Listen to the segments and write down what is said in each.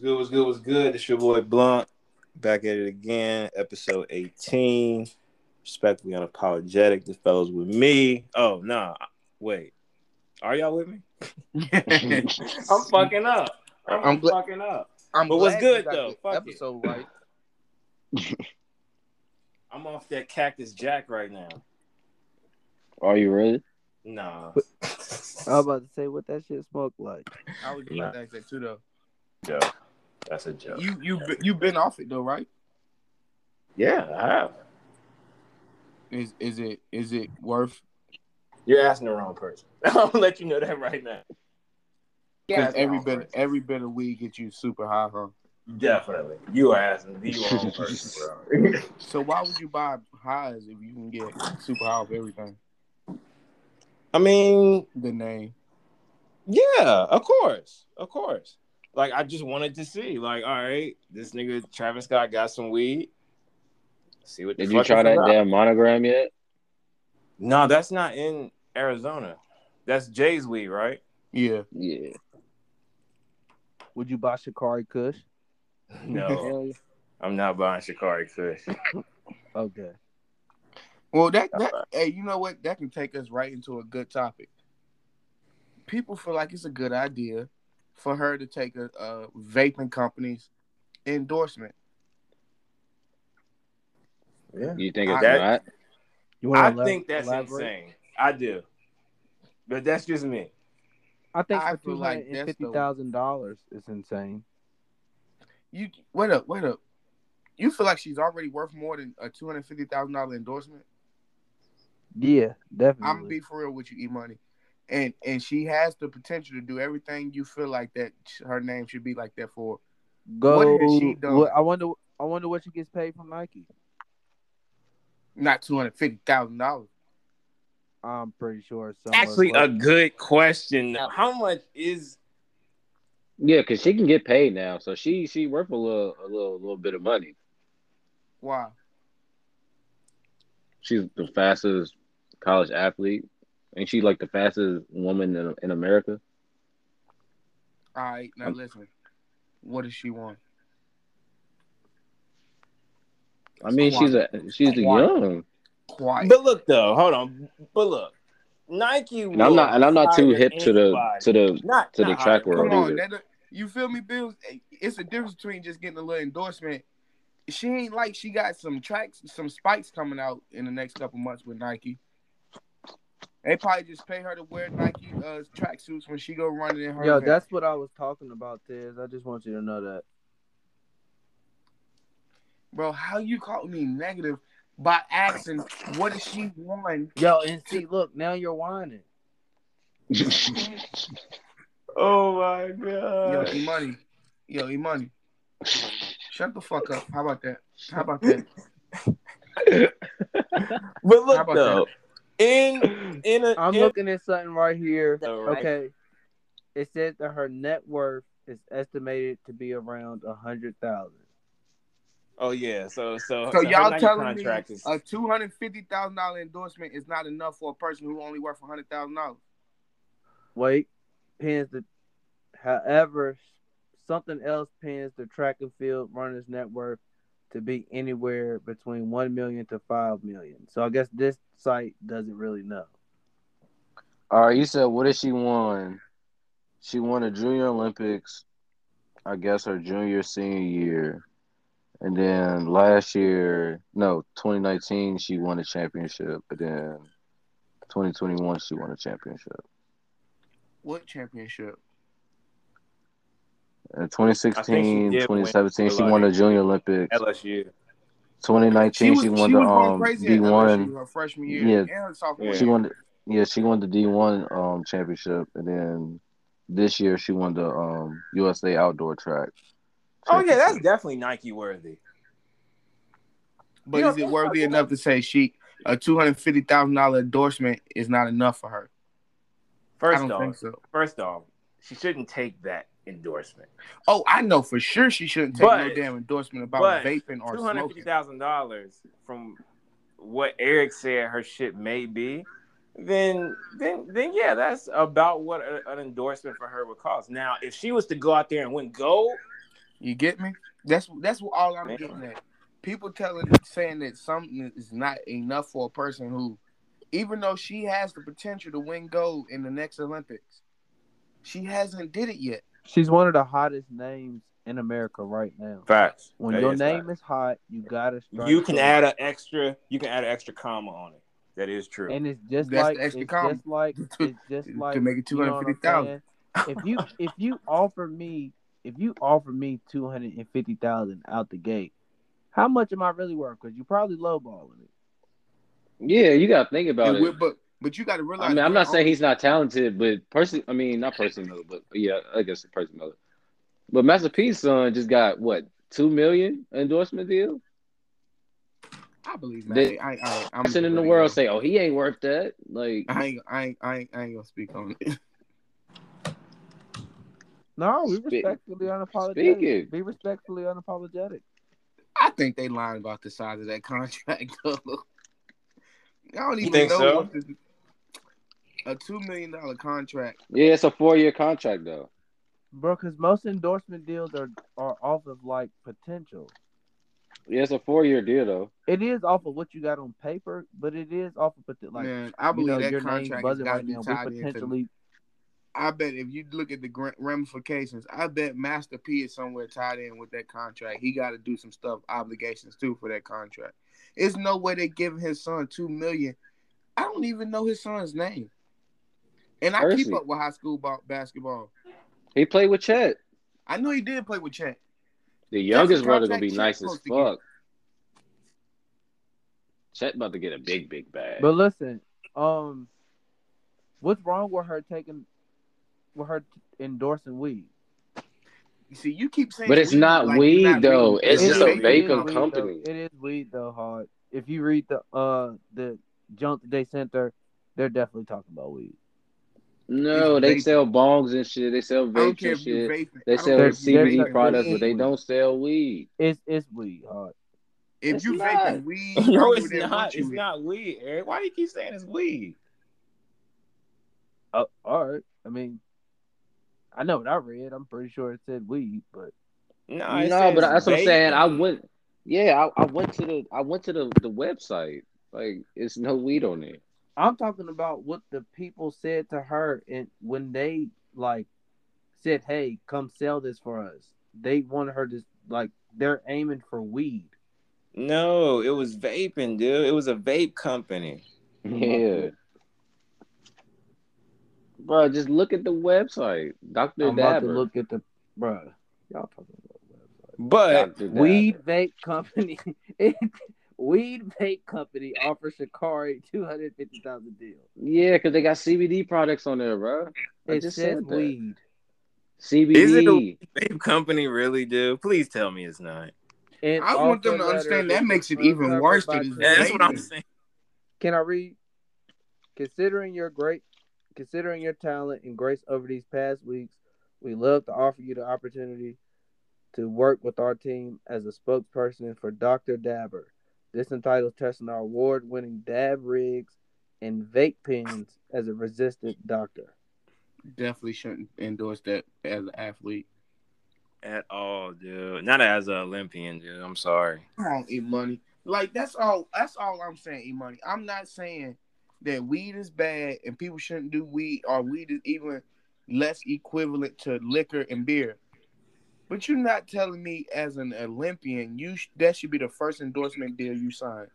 good? What's good? What's good? It's your boy Blunt back at it again, episode 18. Respectfully unapologetic. The fellas with me. Oh, nah. Wait. Are y'all with me? I'm fucking up. I'm, I'm gl- fucking up. I'm But what's glad good, you got though? the Fuck it. Episode right. I'm off that Cactus Jack right now. Are you ready? Nah. I uh, was about to say what that shit smoked like. I was Nah. about to ask that too, though. Joke. That's a joke. You you be- you been off it though, right? Yeah, I have. Is is it is it worth? You're asking the wrong person. I'll let you know that right now. Because that's every all bit right. every bit of weed gets you super high, huh? Definitely. You are asking the wrong person, bro. So why would you buy highs if you can get super high off everything? I mean, The name. Yeah, of course, of course. Like I just wanted to see, like, all right, this nigga Travis Scott got some weed. See what the Did you fuck try it's that about. damn monogram yet? No, that's not in Arizona. That's Jay's weed, right? Yeah. Yeah. Would you buy Shikari Kush? No, Oh, Hell yeah. Oh, I'm not buying Shikari Kush. Okay. Well, that that hey, you know what? That can take us right into a good topic. People feel like it's a good idea for her to take a, a vaping company's endorsement. Yeah, You think it's That- not? You I elab- think that's elaborate? insane. I do, but that's just me. I think I for feel two like hundred that's the- and fifty thousand dollars is insane. You wait up, wait up. You feel like she's already worth more than a two hundred fifty thousand dollar endorsement? Yeah, definitely. I'm gonna be for real with you, E Money, and and she has the potential to do everything you feel like that sh- her name should be like that for. Go. what has she done? what- I wonder. I wonder what she gets paid from Nike. Not two hundred fifty thousand dollars. I'm pretty sure. Some Actually, a motherfucker- good question. How much is? Yeah, because she can get paid now, so she she worth a little a little little bit of money. Why? She's the fastest college athlete, and she like the fastest woman in, in America. All right, now listen. What does she want? I mean, she's a she's a young, Quiet. But look though, hold on. But look, Nike. and I'm not and I'm not too hire hip to the anybody. to the not to the not track hire world. Come on, either. that, you feel me, Bills? Eh, It's a difference between just getting a little endorsement. She ain't like she got some tracks, some spikes coming out in the next couple months with Nike. They probably just pay her to wear Nike uh, tracksuits when she go running in her. Yo, event. that's what I was talking about. Tiz. I just want you to know that. bro. How you call me negative by asking what is she won? Yo, and see, look, now you're whining. Oh my god. Yo, E money, yo, E money. Shut the fuck up. How about that? How about that? But How look about though, in in a I'm in- looking at something right here. Right. Okay. It says that her net worth is estimated to be around a hundred thousand. Oh yeah, so so So her y'all Nike telling me contract is- a two hundred fifty thousand dollar endorsement is not enough for a person who only worth hundred thousand dollars? Wait, pins the. However, something else pins the track and field runners' net worth to be anywhere between one million to five million. So I guess this site doesn't really know. All right, you said what did she won? She won the Junior Olympics, I guess her junior senior year, and then last year, no, 2019 she won a championship, but then 2021 she won a championship. What championship? In I 2016, think she did win 2017 she the, won the like, Junior Olympics. LSU. 2019 she, won the um, at D1. LSU her freshman year and her sophomore Yeah. She year. won, the, yeah, she won the D1 um championship, and then this year she won the um USA Outdoor Track. Oh yeah, that's definitely Nike worthy. But You know, is it worthy enough to say she a two hundred fifty thousand dollar endorsement is not enough for her? I First don't off, think so. first off, she shouldn't take that endorsement. Oh, I know for sure she shouldn't take no But- damn endorsement about but vaping or Two hundred smoking. fifty thousand dollars from what Eric said her shit may be. Then, then, then, yeah, that's about what a, an endorsement for her would cost. Now, if she was to go out there and win gold, You get me? That's that's what all I'm getting at. People telling saying that something is not enough for a person who, even though she has the potential to win gold in the next Olympics, she hasn't did it yet. She's one of the hottest names in America right now. Facts. When That your is name facts. is hot, you gotta strike. you can first. add an extra. You can add an extra comma on it. That is true. and it's just That's like the extra it's comma. just like it's just to like make it you know what I'm 250,000. saying? If you if you offer me if you offer me two hundred and fifty thousand out the gate, how much am I really worth? Because you probably lowballing it. Yeah, you gotta think about And it. we're- but but you got to realize. I mean, I'm we're not saying he's not talented, but person, I mean, not person Miller, but yeah, I guess person Miller. But Master P's son just got what two million endorsement deal. I believe man. They- I, I, I'm Person in the really- world say, "Oh, he ain't worth that." Like, I ain't, I ain't, I ain't, I ain't gonna speak on it. No, we Speak- respectfully unapologetic. speak it. Be respectfully unapologetic. I think they lying about the size of that contract. though. I don't even think know so? what this, a two million dollar contract. yeah, it's a four year contract though. Bro, because most endorsement deals are, are off of like potential. Yeah, it's a four year deal though. It is off of what you got on paper, but it is off of potential. Like, Man, I you believe know, that your name's contract has buzzing got to right be now. tied We into. potentially I bet if you look at the gra- ramifications, I bet Master P is somewhere tied in with that contract. He got to do some stuff, obligations too, for that contract. It's no way they giving his son two million. I don't even know his son's name, and I keep Percy. up with high school ba- basketball. He played with Chet. I know he did play with Chet. The youngest the brother gonna contract be Chet nice as supposed to get. fuck. Chet about to get a big, big bag. But listen, um, what's wrong with her taking, with her t- endorsing weed? You see, you keep saying, But it's weed, not like, weed, you're not though. reading- It's It just is- a it is vaping weed, though. company. It is weed though, hard. If you read the uh the junk that they sent her, they're definitely talking about weed. no, He's they vaping. sell bongs and shit. They sell I don't vapes care and if you shit. vaping. I They don't sell care They're- if you they're- CBD vaping. products, they're- but they don't sell weed. It's it's weed, hard. If you It's vaping not. weed, no, I it's would not not. want It's you in. not weed, Eric. Why do you keep saying it's weed? Uh, all right. I mean, I know what I read. I'm pretty sure it said weed, but No, it No, says but that's what I'm saying. I vaping. went. Yeah, I, I went to the. I went to the, the website. Like, it's no weed on it. I'm talking about what the people said to her and when they like said, "Hey, come sell this for us." They wanted her to like they're aiming for weed. No, it was vaping, dude. It was a vape company. Yeah. Bro, just look at the website, Doctor I'm about to Dabber. look at the bruh. Y'all talking about website. But Dr. Dabber. Weed vape company. weed vape company offers Shikari two hundred fifty thousand deal. Yeah, because they got CBD products on there, bro. I It just said says that. weed. CBD. Is it a- vape company really, dude? Please tell me it's not. And I want them also to understand letters that makes it uncovered even worse by than it's Yeah, Trey that's what I'm Vaping. saying. Can I read? Considering your great, considering your talent and grace over these past weeks, we love to offer you the opportunity to work with our team as a spokesperson for Dr. Dabber. This entitles testing our award-winning dab rigs and vape pens as a resistant doctor. Definitely shouldn't endorse that as an athlete. At all, dude. Not as an Olympian, dude. I'm sorry. Come on, E Money. Like that's all. That's all I'm saying, E Money. I'm not saying that weed is bad and people shouldn't do weed, or weed is even less equivalent to liquor and beer. But you're not telling me as an Olympian, you sh- that should be the first endorsement deal you sign.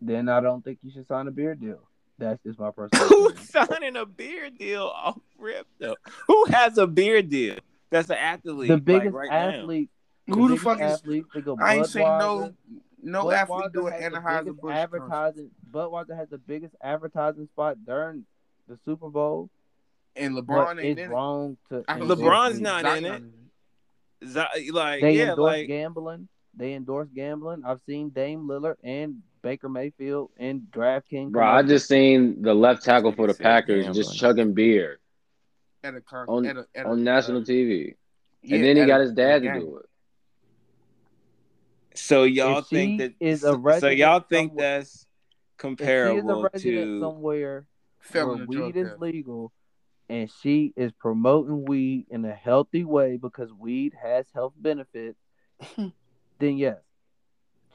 Then I don't think you should sign a beer deal. That's just my personal Who's opinion. signing a beer deal off rip though? Who has a beer deal? That's an athlete. The biggest like, right athlete, Who the biggest fuck is? athlete, they go I ain't seen Budweiser. no no Budweiser athlete doing has the Anheuser biggest Busch. advertising. Budweiser has the biggest advertising spot during the Super Bowl, and LeBron but ain't it's in it. wrong to. now. I heard endorse LeBron's Zach- weed. not Zach in not it. Z- like They yeah, endorse like gambling. They endorse gambling. I've seen Dame Lillard and Baker Mayfield and DraftKings. Bro, come I up- just seen the left tackle for the This nigga said Packers just gambling. chugging beer At a con- On- at a, at a, on uh, national TV, yeah, and then he at got a- his at a dad to game. do it. so y'all If she think that is a so- so resident y'all think somewhere- that's If she is a comparable resident to somewhere Fell where in the drug weed is test. legal, and she is promoting weed in a healthy way because weed has health benefits, then yes,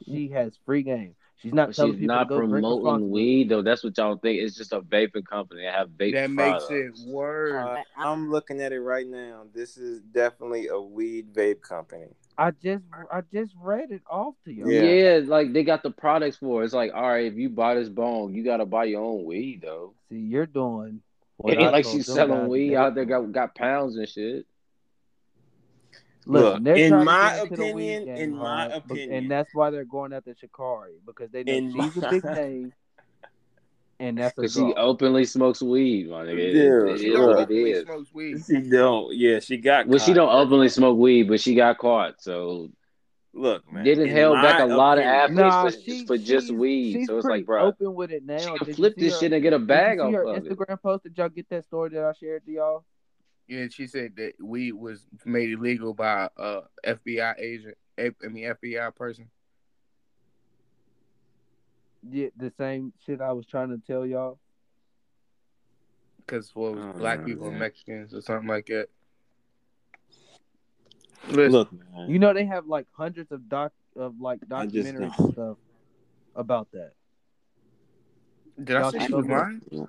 she has free game. She's not But telling she's people not to go drink promoting responsibly. weed though. That's what y'all think. It's just a vaping company. They have vape That makes products. it worse. Uh, I'm looking at it right now. This is definitely a weed vape company. I just I just read it off to you. Yeah. Yeah. Yeah. like they got the products for. it. It's like, all right, if you buy this bone, you gotta buy your own weed though. See, you're doing It ain't like she's she's selling weed out there got got pounds and shit. Look, Look, they're in trying to my get into the weed opinion- game in my hard, be- opinion. and that's why they're going after Shikari because they know In she's my- a big name, and that's a Cause she draw. openly smokes weed, my nigga. It- Yeah, it She is don't look. what it openly is. smokes weed. She don't. Yeah, she got. Well, she caught. don't openly smoke weed, but she got caught. So Look, man. Didn't in held my back a lot of opinion- athletes for- for just she's- weed, She's so it's like, pretty bruh, open with it now. she Did can you flip see this her- shit and get a Did bag you see off her of it. Instagram post? Did y'all get that story that I shared to y'all? Yeah, she said that weed was made illegal by uh FBI agent. I mean FBI person. Yeah, the same shit I was trying to tell y'all. because for Oh, black yeah, people and yeah. Mexicans or something like that. Listen, Look, man. You know they have like hundreds of doc of like I just documentaries don't- and stuff about that. did I y'all say just she was don't- lying?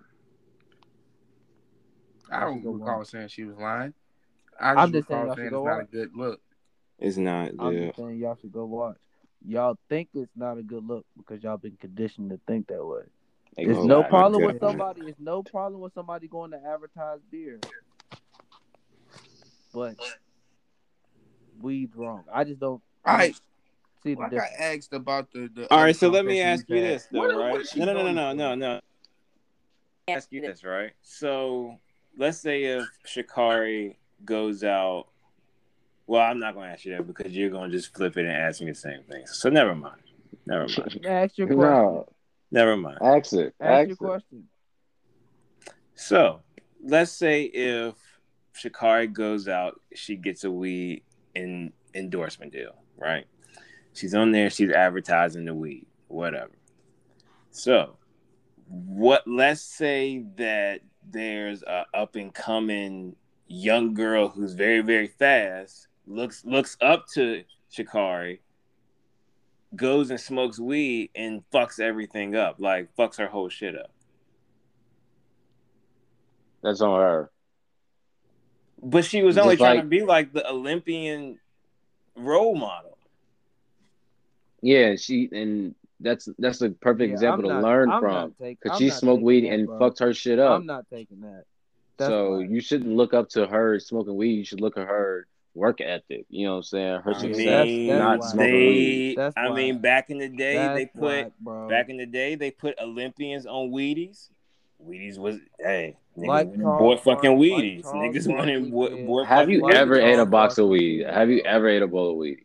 I Y'all don't should go recall on. saying she was lying. I I'm just just saying recall y'all saying should it's go not a watch. good look. It's not. I'm Yeah. just saying y'all should go watch. Y'all think it's not a good look because y'all been conditioned to think that way. It's Oh, no my problem with God. somebody. It's no problem with somebody going to advertise beer, but weed's wrong. I just don't All right, see the like difference. I asked about the. the All other right. So let me ask conversation you we had. this, though, What- what right? is she No, no, no, no, going no, for? no, no. Ask you this, right? So let's say if Shikari goes out. Well, I'm not gonna ask you that because you're gonna just flip it and ask me the same thing. So never mind. Never mind. Ask your question. No, Never mind. ask it. Ask Ask your it. question. So let's say if Shikari goes out, she gets a weed in endorsement deal, right? She's on there, she's advertising the weed, whatever. So what let's say that there's a up and coming young girl who's very, very fast, looks looks up to Shikari, goes and smokes weed and fucks everything up, like fucks her whole shit up. That's on her. But she was only Just trying like- to be like the Olympian role model. Yeah, she and that's that's a perfect Yeah, example I'm to not- learn I'm from not take- because I'm she not smoked taking weed that, and bro. fucked her shit up. I'm not taking that. That's So fine. you shouldn't look up to her smoking weed. You should look at her work ethic. You know what I'm saying? Her I success, mean, not that's smoking they, weed. That's I why- mean, back in the day, That's they put whack, bro. back in the day they put Olympians on Wheaties. Wheaties was hey niggas Like wanted Charles bought fucking Bark- like Wheaties. Charles niggas Barkley wanted bought, did. bought Have fucking you Like ever Wheaties. ate a Charles box of Barkley weed? did, Have you bro. ever ate a bowl of weed?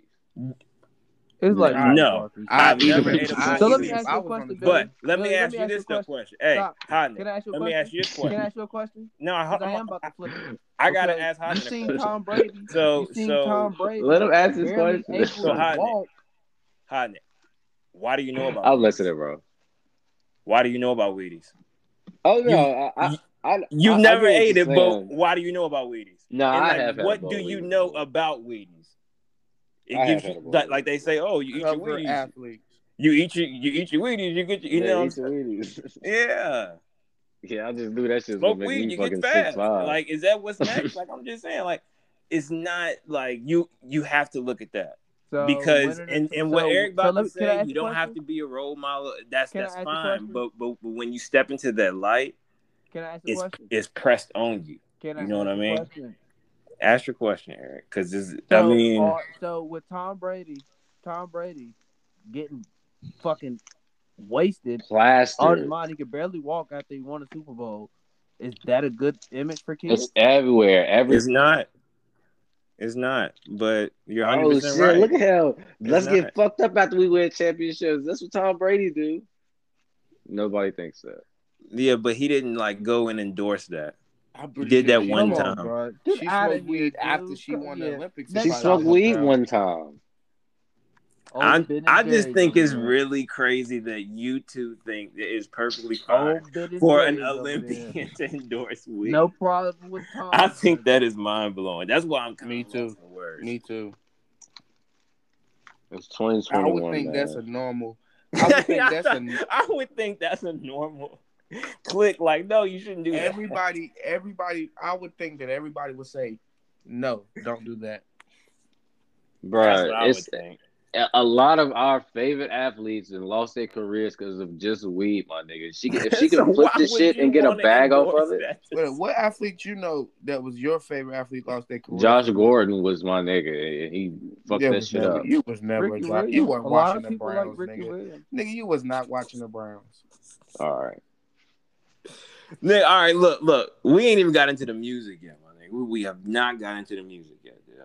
It's like Charles No. Barkley. I I've never ate a I bowl So of let even me if Wheaties. ask I you a was on the question, But Billy. let me Billy, ask you this though question. Hey, Stop. Hodney, Can I ask you a let me question? ask you this Can I question. ask you a question? No, I, Because I am about to flip it. I gotta Okay, ask Hodney You a seen question. Tom Brady. So You seen Tom so Brady. Let him ask his barely question. able So to how- walk. Hodney, why do you know about? I'm Wheaties? listening, bro. Why do you know about Wheaties? Oh You- no, I, I, I You I- I never get what ate you're it, but saying. why do you know about Wheaties? No, and I like, have had a what bowl do of you Wheaties know before. about Wheaties? It I have gives had a you bowl like, of like they say, oh, you eat your cover Wheaties, athletes. you eat your you eat your Wheaties, you get your, you Yeah, know, what I'm eat some saying? Wheaties. yeah, yeah, I just knew that shit's gonna smoke make weed, me you get fucking six fast. five. Like, is that what's next? like, I'm just saying, like, it's not like you you have to look at that So because when are the- and and what so- Eric so about let to me- can I say, ask you a don't have question? to be a role model. That's Can I that's ask a fine, question? but, but but when you step into that light, Can I ask a it's question? it's pressed on you. Can I You know what ask I a mean? question? Ask your question, Eric, because this. I So, mean, are, so with Tom Brady, Tom Brady getting fucking wasted all his Plastered. mind, he could barely walk after he won a Super Bowl. Is that a good image for kids? It's everywhere. Every It's not. It's not. But you're 100 oh shit! percent right. Look at him. Let's not. get fucked up after we win championships. That's what Tom Brady do. Nobody thinks that. yeah, but he didn't like go and endorse that. I He did that believe one Come she- time. on, bro. Get She outta smoked here, weed dude. after she Come- won yeah. the Olympics. Next She She time. smoked probably- weed one time. I, Ben and I just Jerry's think over it's there. really crazy that you two think it is perfectly fine Old Ben and for an Jerry's over there. Olympian to endorse weed. No problem with Tom. I think that is mind blowing. That's why I'm kind Me of lost too. for words. Me too. It's I 2021. would think man. that's a normal. I would think that's a I would think that's a normal click. Like, no, you shouldn't do that. everybody. Everybody. I would think that everybody would say, "No, don't do that." That's what Bruh, I would It's think. a- a lot of our favorite athletes and lost their careers because of just weed, my nigga. She could, if she could So flip why this would shit you and get a wanna bag off endorse of it. that? Well, what athlete you know that was your favorite athlete lost their career? Josh Gordon was my nigga, and he fucked Yeah, that was shit never- up. You was never a Ricky Josh. Williams. You weren't a lot watching of the people Browns, like Ricky nigga. Williams. Nigga, you was not watching the Browns. All right, Nick, all right, look, look. We ain't even got into the music yet, my nigga. We, we have not got into the music yet. Yeah,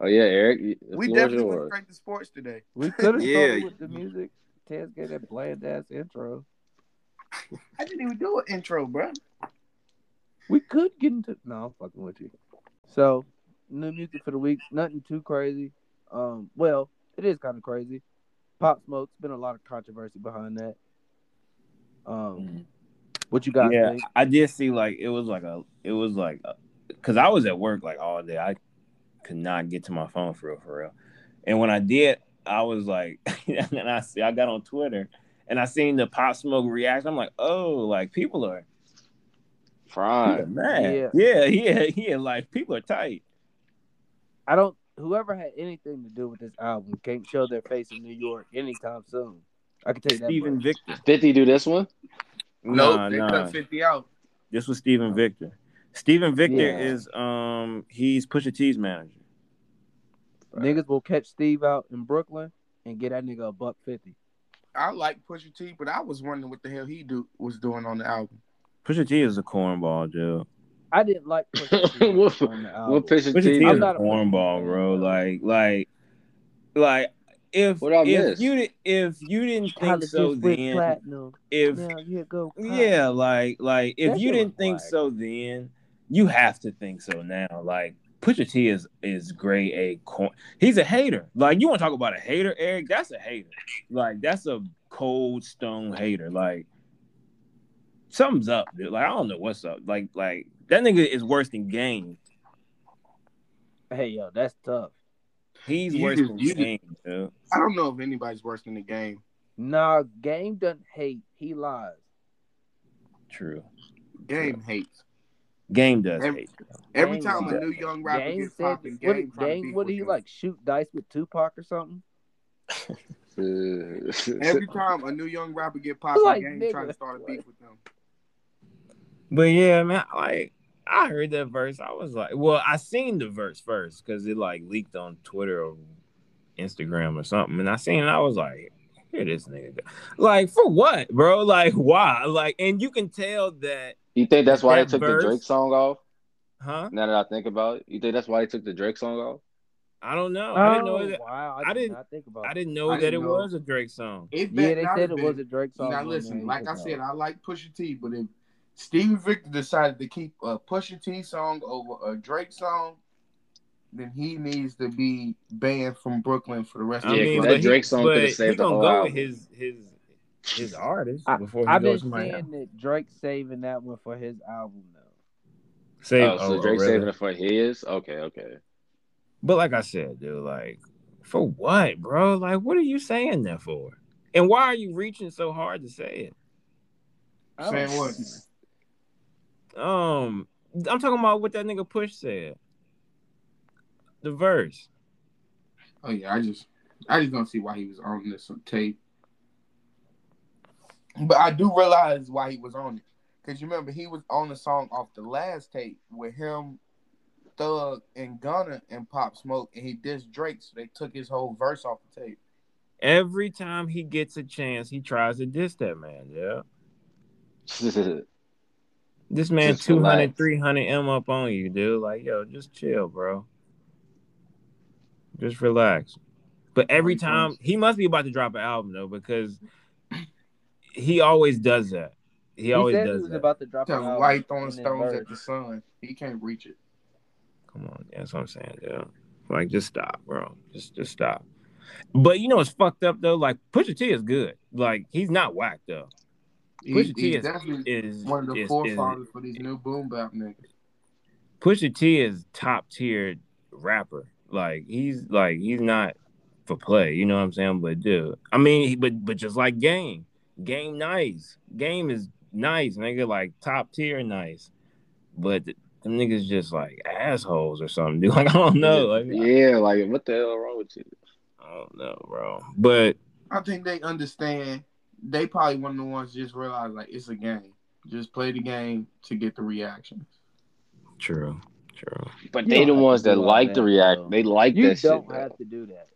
oh yeah, Eric, the We floor is definitely went yours. straight to sports today. We could have Yeah. started with the music. Tez gave that bland ass intro. I didn't even do an intro, bro. We could get into no, I'm fucking with you. So, new music for the week. Nothing too crazy. Um, well, it is kind of crazy. Pop Smoke's been a lot of controversy behind that. Um, Mm. what you guys think? I did see like it was like a it was like because I was at work like all day. I could not get to my phone for real, for real. And when I did, I was like, and I see I got on Twitter and I seen the Pop Smoke reaction. I'm like, oh, like people are people are Prime. mad. Yeah, yeah, yeah. Like people are tight. I don't. Whoever had anything to do with this album can't show their face in New York anytime soon. I can tell you that. Steven much. Victor. Fifty do this one. No, Nah, they nah. cut fifty out. This was Steven Victor. Steven Victor Yeah. is um he's Pusha T's manager. Niggas will catch Steve out in Brooklyn and get that nigga a buck fifty. I like Pusha T, but I was wondering what the hell he do was doing on the album. Pusha T is a cornball, dude. I didn't like Pusha T What- on the album. What picture Pusha T I'm is not a a Pusha T cornball, bro. fan, bro. Like, like, like. If What I if miss? you di- if you didn't think College so, just went then platinum. if Now you go. pop. yeah, like like if That you shit didn't was think whack. so, then you have to think so now. Like Pusha T is is grade A corn. He's a hater. Like you want to talk about a hater, Eric? That's a hater. Like that's a cold stone hater. Like something's up, dude. Like I don't know what's up. Like like that nigga is worse than Game. Hey yo, that's tough. He's You worse just- than you just- Game, dude. I don't know if anybody's worse than the game. Nah, game doesn't hate. He lies. True. Game hates. Game does Every- hate. Every Game time a lies. new young rapper Game gets said, popping, "What? game trying to Game, beef what do with you him. like? Shoot dice with Tupac or something?" Every time a new young rapper get popping, Like, game nigga. trying to start a beef with them. But yeah, man, like I heard that verse, I was like, well, I seen the verse first because it like leaked on Twitter or Instagram or something, and I seen it, I was like, here this nigga, go. like for what, bro? Like why? Like, and you can tell that, you think that's why That they took verse- the Drake song off? huh? Now that I think about it, you think that's why they took the Drake song off? I don't know. I didn't Oh, know. That, Oh, wow! I I, did didn't- not think about. I it. didn't know I that it didn't know. was a Drake song. It Yeah, better they not said have it been. was a Drake song. Now on listen, there, like I you said, know. I like Pusha T, but if Steven Victor decided to keep a Pusha T song over a Drake song, then he needs to be banned from Brooklyn for the rest I of Yeah, mean, his 'cause but that life. he- Drake song but could've he saved the gonna whole go with album. his his his artist I- before he I've been goes to my saying that Drake's saving that one for his album though. Save, oh, so oh, oh, Drake really? saving it for his? Okay, okay. But like I said, dude, like for what, bro? Like, what are you saying that for? And why are you reaching so hard to say I don't- Saying what? it? Um, I'm talking about what that nigga Push said. The verse. Oh yeah, I just I just don't see why he was on this tape. But I do realize why he was on it. Cause you remember he was on the song off the last tape with him, Thug and Gunna and Pop Smoke, and he dissed Drake, so they took his whole verse off the tape. Every time he gets a chance, he tries to diss that man. Yeah, this man Just 200, relax. 300 m up on you, dude. Like, yo, just chill, bro. Just relax. But every he time does. he must be about to drop an album though, because he always does that. He, He, always said does he was that. about to drop an Tell him album why he throwing and then stones Bird. at the sun. He can't reach it. Come on, that's what I'm saying, dude. Like, just stop, bro. Just, just stop. But you know it's fucked up though. Like Pusha T is good. Like he's not whack though. He- Pusha T he's is- definitely Is one of the is- is- forefathers for these new boom bap niggas. Pusha T is top tier rapper. Like he's like he's not for play. You know what I'm saying? But dude, I mean, he- but but just like game, game nice. Game is nice, nigga. Like top tier nice. But th- them niggas just like assholes or something, dude. Like I don't know. Like yeah, like what the hell wrong with you? I don't know, bro. But I think they understand. They probably one of the ones just realize like it's a game. Just play the game to get the reaction. true, true. But You they the don't have ones to that do all like to that, react. though. They like You that shit. don't though. have to do that.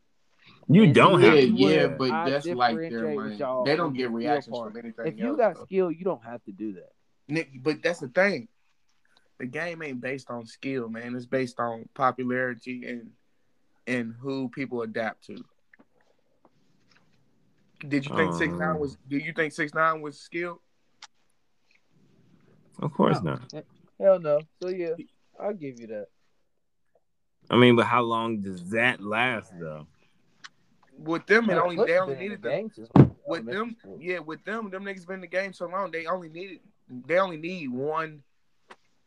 You And don't you- have Yeah, to. yeah, where but I that's like their differentiate with money. y'all They on don't the get skill reactions part. from anything If you else, got though. skill, you don't have to do that. Nick, but that's the thing. The game ain't based on skill, man. It's based on popularity and and who people adapt to. Did you think six Um. nine was? Do you think six nine was skilled? Of course No. not. Hell no. So yeah, I'll give you that. I mean, but how long does that last though? With them, it Yeah, only Push they only been in needed the them. game since we were in With elementary them, school. yeah, with them, them niggas been in the game so long. They only needed they only need one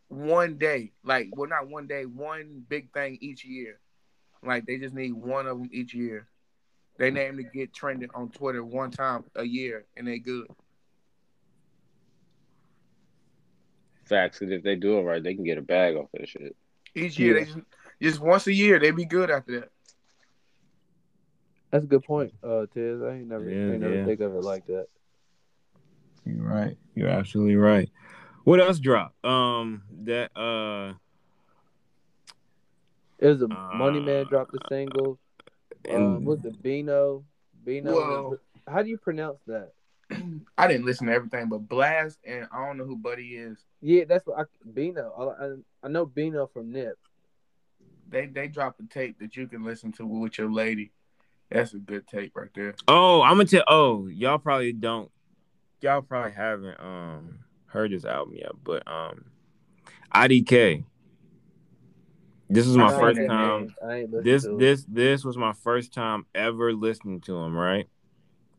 one day. Like, well, not one day, one big thing each year. Like, they just need one of them each year. They name to get trending on Twitter one time a year, and they good. Facts. 'cause if they do it right, they can get a bag off that shit. Each year, Yeah. they just just once a year, they be good after that. That's a good point, uh, Tiz. I ain't never, It I is, ain't never yeah. think of it like that. You're right. You're absolutely right. What else dropped? Um, that uh, It was a Uh, Money Man dropped a single. and uh, was the Bino? Bino. Whoa. How do you pronounce that? I didn't listen to everything, but Blast and I don't know who Buddy is. Yeah, that's what I Bino. I, I, I know Bino from Nip. They they dropped a tape that you can listen to with your lady. That's a good tape right there. oh, I'm gonna tell. Oh, y'all probably don't. Y'all probably haven't um heard this album yet, but um, IDK. This is my I ain't first heard time. names. I ain't listened this to it. this this was my first time ever listening to him, right?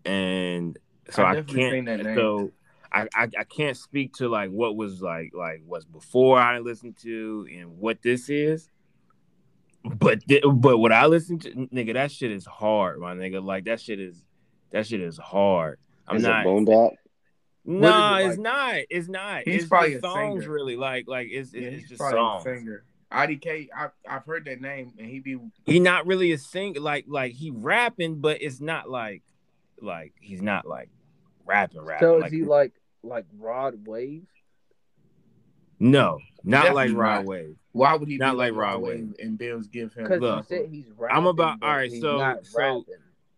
And so I I, definitely can't seen that name. so I, I I can't speak to like what was like like what's before I listened to and what this is. But thi- but what I listen to, nigga, that shit is hard, my nigga. Like that shit is that shit is hard. I'm Is not it boom bap? no, What is it it's like? not. It's not. He's it's probably just a songs, singer. really. Like, like it's it's, Yeah, it's he's just probably songs. a singer. IDK, I, I've heard that name, and he be he not really a sing like like he rapping, but it's not like like he's not like rapping rapping. So is like, he like like Rod Wave? no, not Definitely like Rod not. Wave. why would he Not be like Rod Rod Wave and Bills give him? Because you Look, said he's rapping. I'm about- but all right, He's so- not so- rapping.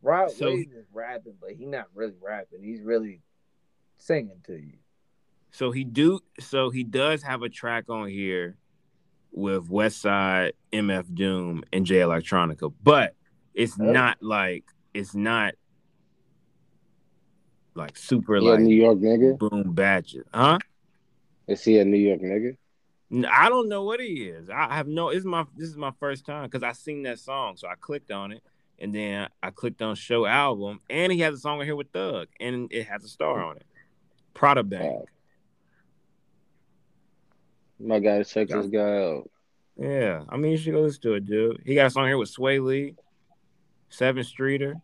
Rod so- Wave is rapping, but he's not really rapping. He's really singing to you. So he do so he does have a track on here with Westside, MF Doom, and J Electronica, but it's Oh. not like it's not like super He a New like York nigga? boom batches, huh? Is he a New York nigga? N- I don't know what he is. I have no. This is my this is my first time because I seen that song, so I clicked on it, and then I clicked on show album, and he has a song on here with Thug, and it has a star on it. Prada Bang. Wow. My gotta check this guy out. Yeah, I mean you should go listen to it, dude. He got a song here with Sway Lee, Seven Streeter,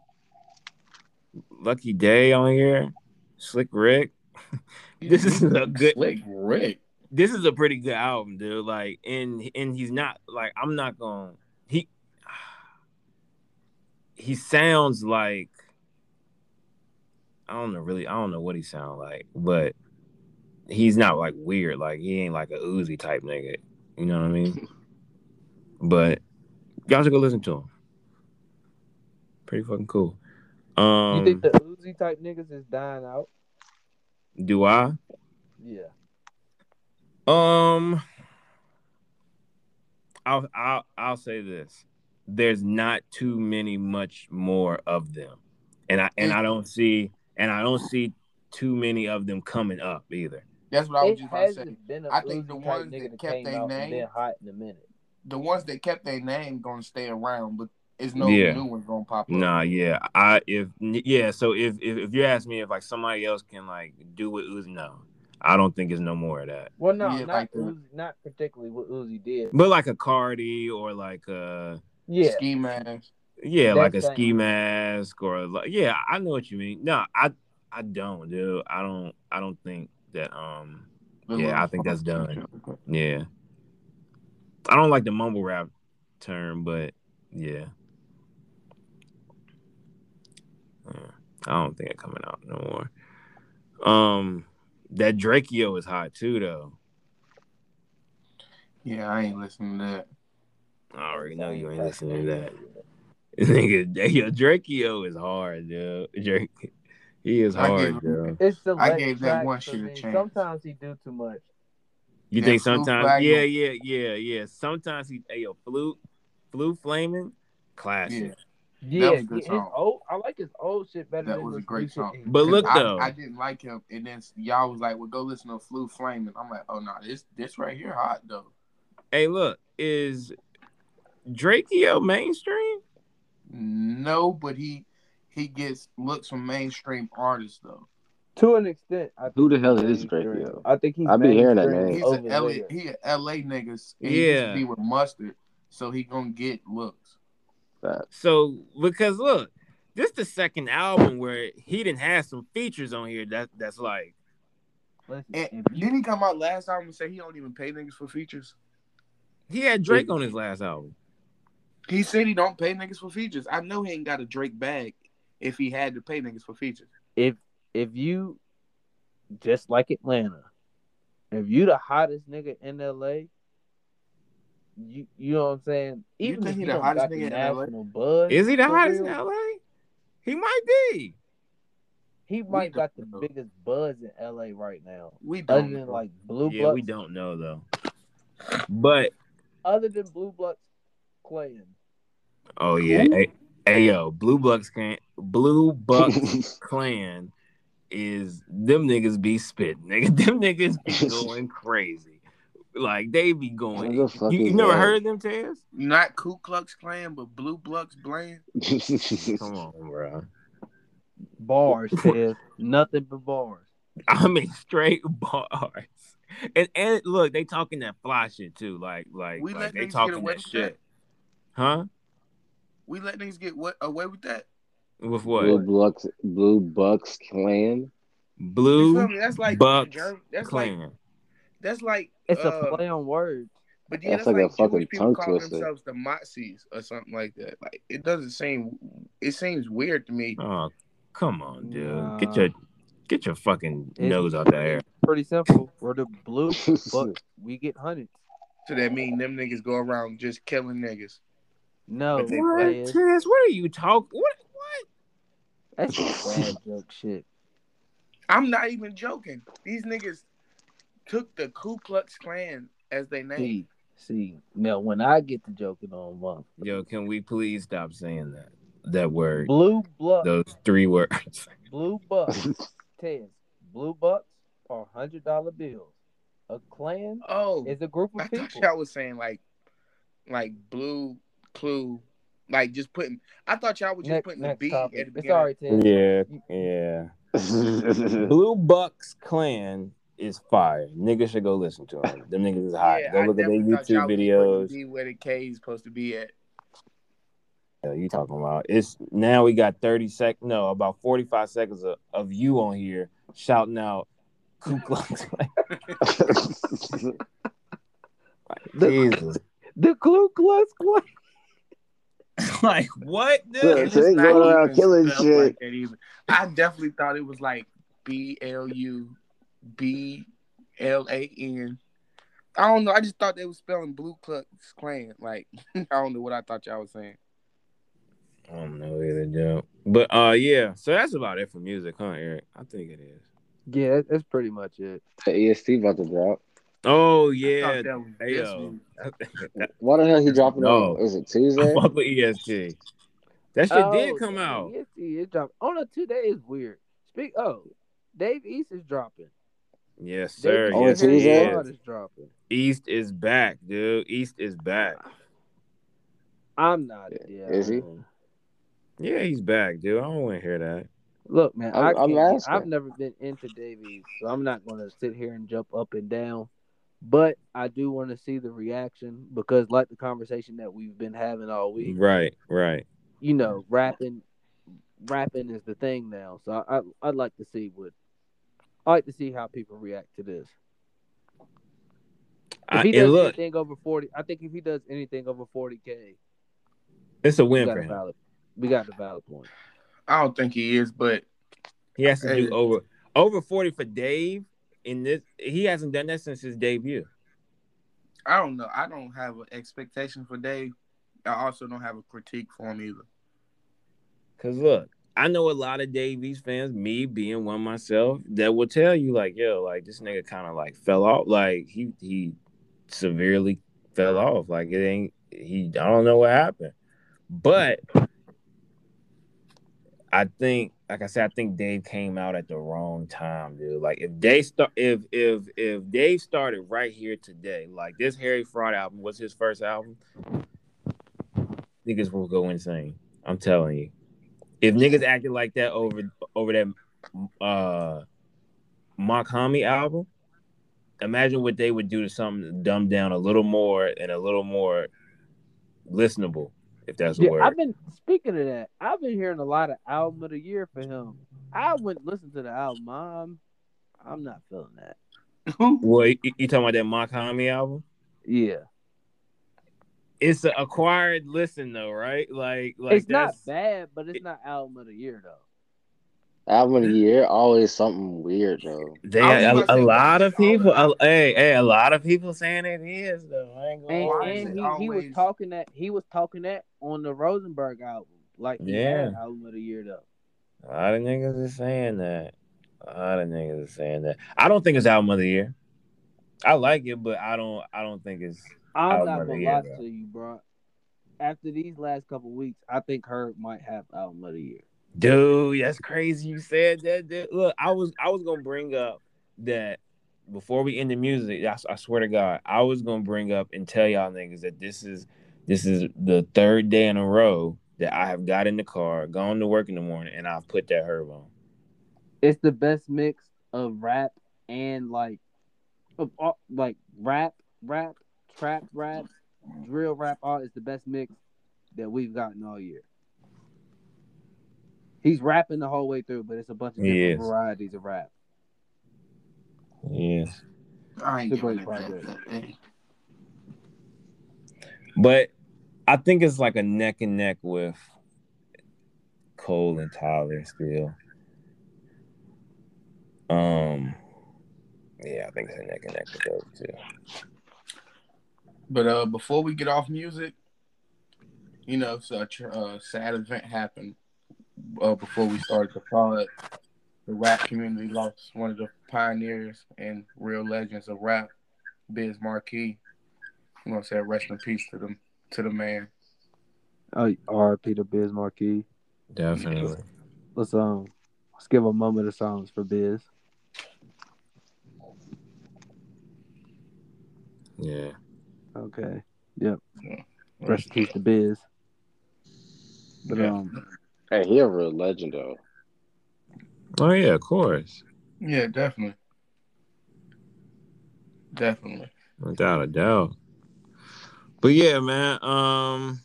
Lucky Day on here, Slick Rick. This is a good- Slick Rick. This is a pretty good album, dude. Like, and and he's not like I'm not gonna he. He sounds like I don't know really I don't know what he sound like, but he's not like weird. Like he ain't like a Uzi type nigga. You know what I mean? but y'all should go listen to him. Pretty fucking cool. Um you think the Uzi type niggas is dying out? do I? Yeah. Um I'll I'll I'll say this. There's not too many much more of them. And I and I don't see and I don't see too many of them coming up either. That's what I was it just about to say. hasn't been a I Uzi think the type ones nigga that that kept came their out name- and been hot in a minute. The ones that kept their name gonna stay around, but it's no Yeah. new one gonna pop up. Nah, yeah, I if yeah, so if if, if you ask me if like somebody else can like do what Uzi, no, I don't think it's no more of that. Well, no, Yeah, not like that. Uzi, not particularly what Uzi did. But like a Cardi or like uh, a Yeah, Ski mask. yeah, That like a thing. ski mask or like yeah, I know what you mean. No, I I don't, dude. I don't I don't think that um Yeah, I think that's done. yeah. I don't like the mumble rap term, but yeah. Yeah, Uh, I don't think it's coming out no more. Um, that Drakeo is hot too, though. Yeah, I ain't listening to that. I already know you ain't listening to that. Nigga, that- yo, Drakeo is hard, dude. Drake, he is I hard, give- dude. it's the I gave that one shit a chance. Sometimes he do too much. You Yeah, think Flu sometimes, Flagon. yeah, yeah, yeah, yeah. Sometimes he, hey, yo, flute, flute flaming, classic. Yeah, Yeah, was a good yeah, his song. old. I like his old shit better. That than was his a great recent- song. But look I, though, I didn't like him, and then y'all was like, "Well, go listen to Flu Flame," and I'm like, "Oh no, this this right here hot though." hey, look, is Drakeo mainstream? No, but he he gets looks from mainstream artists though. to an extent. I Who the think hell he's is mainstream. Drakeo? I think he's. I be hearing that mainstream name. He's over a LA, there. he a LA niggas. and He used Yeah. to be with Mustard, so he gonna get looks. So because look, this the second album where he didn't have some features on here that that's like Listen, And if you didn't he come out last album and say he don't even pay niggas for features? he had Drake on his last album. He said he don't pay niggas for features. I know he ain't got a Drake bag if he had to pay niggas for features. if if you just like Atlanta, if you the hottest nigga in LA, you you know what I'm saying? You Even think if he you the don't hottest got nigga the in LA? national buzz, Is he the for hottest in real, LA? He might be. He might don't got the know. biggest buzz in LA right now. We Other don't than know. like Blue yeah, Bloods, we don't know though. But other than Blue Bloods Clan. oh yeah, hey, hey, yo, Blue Bucks clan, Blue Bucks clan is them niggas be spitting, nigga. Them niggas be going crazy. Like they be going. What the fuck you you is never that? heard of them, Taz? Not Ku Klux Klan, but Blue Blux Bland. Come on, bro. Bars says nothing but bars. I mean, straight bars. And and look, they talking that fly shit too. Like like, We like let they niggas get talking away that with shit, that. huh? We let niggas get what, away with that. With Blue what? Bucks, Blue Bucks Clan. You feel Blue me? That's like Bucks Germ- that's like clan. that's like It's uh, a play on words. But yeah, That's that's, like like, a fucking Jewish people tongue calling twister. themselves the Moxies or something like that. Like it doesn't seem it seems weird to me. Oh, come on, dude. Get Nah. your get your fucking It's- nose out the air. Pretty simple. We're the Blue Bucks. We get hunted. So that mean them niggas go around just killing niggas. No, But they What, play man. Tess? What are you talking? What? What? That's some bad joke shit. I'm not even joking. These niggas took the Ku Klux Klan as they name. See, see, now when I get to joking on one, Yo, can we please stop saying that that word? blue buck, Those three words. blue bucks, Tez, blue bucks are hundred dollar bills. A clan Oh, is a group I of thought people. y'all was saying like like blue clue, like just putting. I thought y'all were just Next, putting the next B at the topic. beginning. It's all right, Tez. Yeah, yeah. Blue Bucks Clan is fire. Niggas should go listen to them. Them niggas is hot. Yeah, go I look at their definitely thought y'all YouTube was putting videos. B where the K is supposed to be at. Yo, you talking about it's now we got 30 sec no about 45 seconds of, of you on here shouting out Ku Klux Klan. Jesus. The Ku Klux Klan. like what Look, dude? And so it's they not going around even killing spelled shit. like that either. I definitely thought it was like B L U B L A N. I don't know. I just thought they was spelling Blue Klux Klan. Like I don't know what I thought y'all was saying. I don't know either, dude. But uh yeah, so that's about it for music, huh, Eric? I think it is. Yeah, that- that's pretty much it. The EST about to drop. Oh I yeah. thought that was Hey, this yo. week. Why the hell he dropping No. on? Is it I Tuesday? fuck with EST. That shit did Oh, come yeah, out. Yes, yeah, it dropped. Oh no, today is weird. Speak. Oh, Dave East is dropping. Yes, Dave sir. East Oh, yes, it's he Tuesday? is. is dropping. East is back, dude. East is back. I'm not. Yeah. Is he? Um, Yeah, he's back, dude. I don't want to hear that. Look, man, I'm- I I'm can't, asking. I've never been into Davies, so I'm not going to sit here and jump up and down. But I do want to see the reaction because, like the conversation that we've been having all week, Right, right. you know, rapping, rapping is the thing now. So I, I I'd like to see what, I like to see how people react to this. If I, he and does look, anything over forty, I think if he does anything over forty k, it's a we win got for a him. valid, we got a valid point. I don't think he is, but He has to Hey. do over over forty for Dave. In this, he hasn't done that since his debut. I don't know. I don't have an expectation for Dave. I also don't have a critique for him either. Cause look, I know a lot of Davies fans, me being one myself, that will tell you like, yo, like this nigga kind of like fell off, like he he severely fell off, like it ain't he. I don't know what happened, but I think, like I said, I think Dave came out at the wrong time, dude. Like if they start, if if if Dave started right here today, like this Harry Fraud album was his first album, niggas will go insane. I'm telling you if niggas acted like that over over that uh Makami album, imagine what they would do to something dumbed down a little more and a little more listenable, if that's a Yeah, word. I've been speaking of that. I've been hearing a lot of album of the year for him. I wouldn't listen to the album. I'm, I'm not feeling that. well, you, you talking about that Makami album? Yeah, It's an acquired listen though, right? Like like it's not that's bad, but it's not album of the year though. Album of the year always something weird though. they I a, was about to a say, lot why of is it people all a, hey hey a lot of people saying it is though. I ain't gonna And, lie. Why is and it he, he was always- talking that he was talking that on the Rosenberg album, like he Yeah. had album of the year though. A lot of niggas are saying that. A lot of niggas are saying that. I don't think it's album of the year. I like it, but I don't. I don't think it's. I'm Album not of the gonna year, lie bro. to you, bro. After these last couple weeks, I think Herb might have album of the year. Dude, that's crazy. You said that. Dude. Look, I was. I was gonna bring up that before we end the music. I, s- I swear to God, I was gonna bring up and tell y'all niggas that this is this is the third day in a row that I have got in the car, gone to work in the morning, and I've put that herb on. It's the best mix of rap and like, of all, like rap, rap, trap, rap, drill, rap. All is the best mix that we've gotten all year. He's rapping the whole way through, but it's a bunch of He different is. varieties of rap. Yeah. I ain't It's a great giving it that. Hey. But I think it's like a neck and neck with Cole and Tyler still. Um, yeah, I think it's a neck and neck with those two. But uh, before we get off music, you know, such a uh, sad event happened uh, before we started the pod. The rap community lost one of the pioneers and real legends of rap, Biz Marquee. I'm gonna say rest in peace to them to the man. Oh, R.P. to Biz Marquis. Definitely. Let's um, let's give a moment of silence for Biz. Yeah. Okay. Yep. Yeah. Rest in peace to Biz. But Yeah. um, Hey, he a real legend though. Oh yeah, of course. Yeah, definitely, definitely. Without a doubt. But yeah, man. Um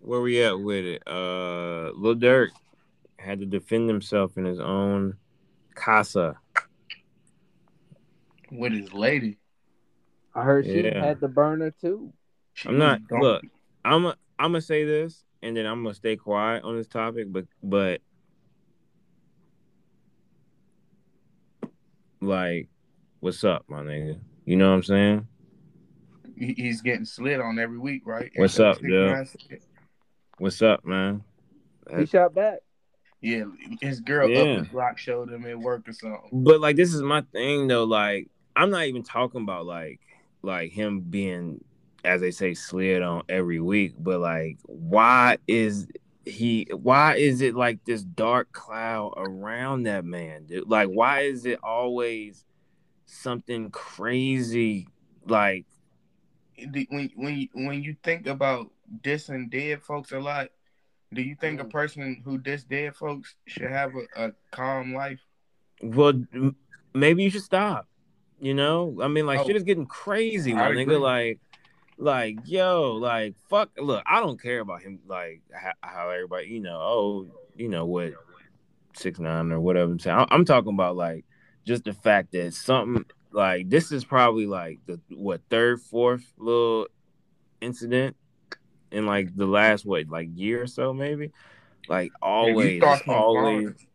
where we at with it? Uh Lil Durk had to defend himself in his own casa. With his lady, I heard she Yeah. had the burner too. She I'm not was gone. look. I'm i I'm gonna say this, and then I'm gonna stay quiet on this topic. But but like, what's up, my nigga? You know what I'm saying? He- he's getting slid on every week, right? What's Every up, six Dub? months. What's up, man? He shot back. Yeah, his girl Yeah. up the block showed him at work or something. But like, this is my thing though. Like, I'm not even talking about like like him being, as they say, slid on every week. But like, why is he? Why is it like this dark cloud around that man, dude? Like, why is it always something crazy? Like, The- When when you, when you think about dissing dead folks a lot. Do you Mm. think a person who diss dead folks should have a, a calm life? Well, m- maybe you should stop. You know, I mean, like Oh. shit is getting crazy, I my agree. nigga. Like, like yo, like fuck. Look, I don't care about him. Like how, how everybody, you know, oh, you know what, six nine or whatever. I'm saying, I- I'm talking about like just the fact that something like this is probably like the what third, fourth little incident in like the last what like year or so maybe. Like always, talking about always. violence.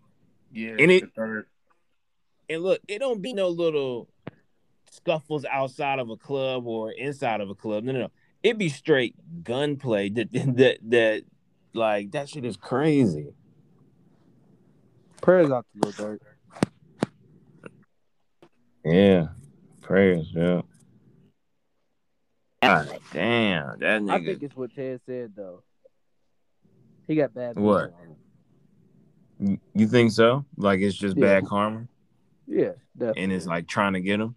Yeah. And it- the third. And look, it don't be no little scuffles outside of a club or inside of a club. No, no, no. It be straight gunplay. That that that like that shit is crazy. Prayers out to Lil Durk. Yeah, prayers, yeah. God damn, that I think nigga. it's what Ted said though. He got bad. people What? on him. You- You think so? Like it's just Yeah. bad karma, Yeah, definitely. and it's like trying to get him.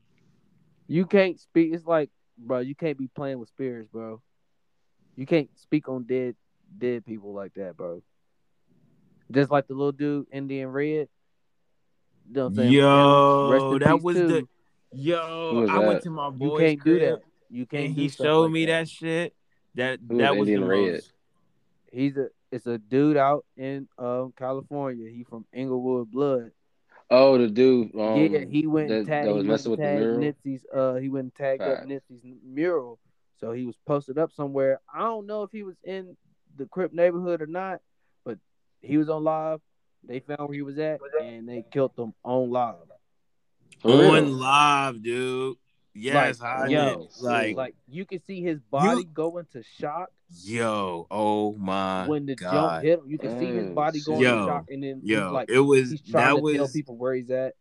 You can't speak. It's like, bro, you can't be playing with spirits, bro. You can't speak on dead, dead people like that, bro. Just like the little dude, Indian Red. You know what I'm saying? Rest Yo, in that peace, was too. the Who yo. was I went that? to my You boy's can't do crib, that. You can't. and do he stuff showed like me that. shit. That Who that was was the Indian Red? most. He's a. It's a dude out in um California. He from Inglewood Blood. Oh, the dude. Um, yeah, he went and that, tagged, that was he went messing and with the tagged mural. Nipsey's uh he went and tagged up Facts. Nipsey's mural. So he was posted up somewhere. I don't know if he was in the Crip neighborhood or not, but he was on live. They found where he was at and they killed him on live. For real? on live, dude. Yes, Like, I yo, did. Like, Like you could see his body go into shock yo, oh my when the jump god, hit him. You could see his Oh, body going Yo, into shock and then he's yo, like it was he's trying that to tell was people where he's at.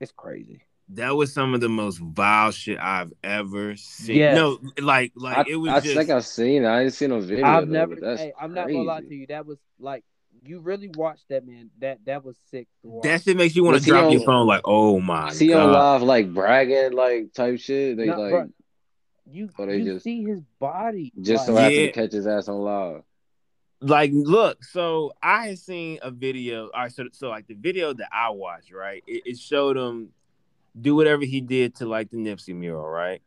It's crazy. that was some of the most vile shit I've ever seen. Yes. No, like, like I, it was I just think I've seen. it. I ain't seen no video. I've though, never. but That's hey, I'm not gonna lie crazy. to you. That was like you really watched that man. That that was sick. To watch. that shit makes you want Was to he drop on- your phone. Like, oh my See on god, live like bragging like type shit. They No, like bruh, you Oh, they you just- see his body. just so Like- happen Yeah. to catch his ass on live. like look so i had seen a video all right so, so like the video that i watched right it, it showed him do whatever he did to like the nipsey mural right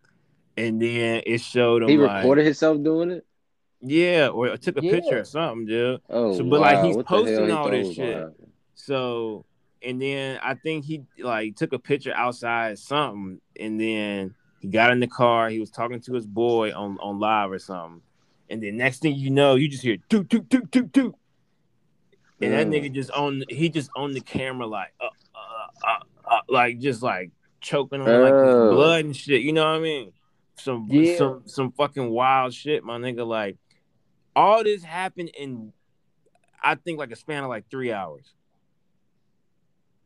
and then it showed him He like recorded himself doing it. yeah or took a picture Yeah. or something dude Oh, So, but, like, wow. he's What the posting hell he all thought this was shit. gonna happen? so and then i think he like took a picture outside something and then he got in the car he was talking to his boy on on live or something and then next thing you know you just hear toot toot toot toot toot And that Mm. nigga just on he just on the camera like uh, uh, uh, uh, like just like choking on like his Oh. blood and shit. You know what I mean? Some Yeah. some some fucking wild shit, my nigga. Like all this happened in I think like a span of like three hours.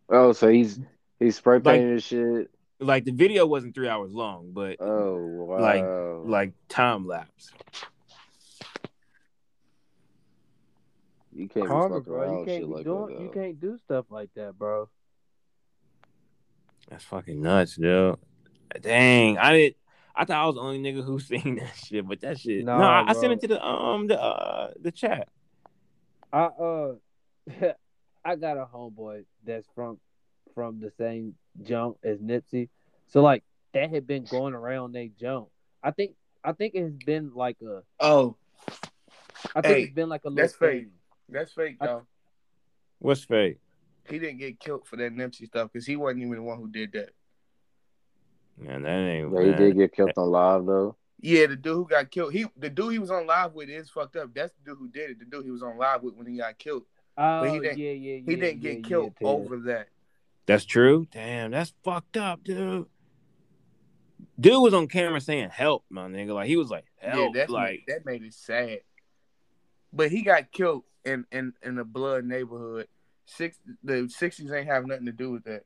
Oh, so he's he's spray Like- painting his shit. Like the video wasn't three hours long, but Oh wow. Like- like time lapse. you can't be Karma, fucking bro. around You with can't shit be like doing. that. you though. can't do stuff like that, bro. That's fucking nuts, dude. Dang, I did. I thought I was the only nigga who seen that shit, but that shit. No, Nah, I, I sent bro. it to the um the uh the chat. I uh, I got a homeboy that's from from the same jump as Nipsey. So like that had been going around they jump. I think I think it has been like a. Oh, I think Hey, it's been like a little. that's fake. thing. That's fake I- though. What's fake? He didn't get killed for that Nipsey stuff because he wasn't even the one who did that. Man, that ain't. Yeah, he man. did get killed on live though. Yeah, the dude who got killed, he the dude he was on live with is fucked up. That's the dude who did it. The dude he was on live with when he got killed. Oh he didn't- yeah, yeah, yeah. He didn't yeah, get yeah, killed Ted. over that. That's true. Damn, that's fucked up, dude. Dude was on camera saying "help," my nigga. Like he was like "help," yeah, that like made, that made it sad. But he got killed in in in a blood neighborhood. Six the sixties ain't have nothing to do with that.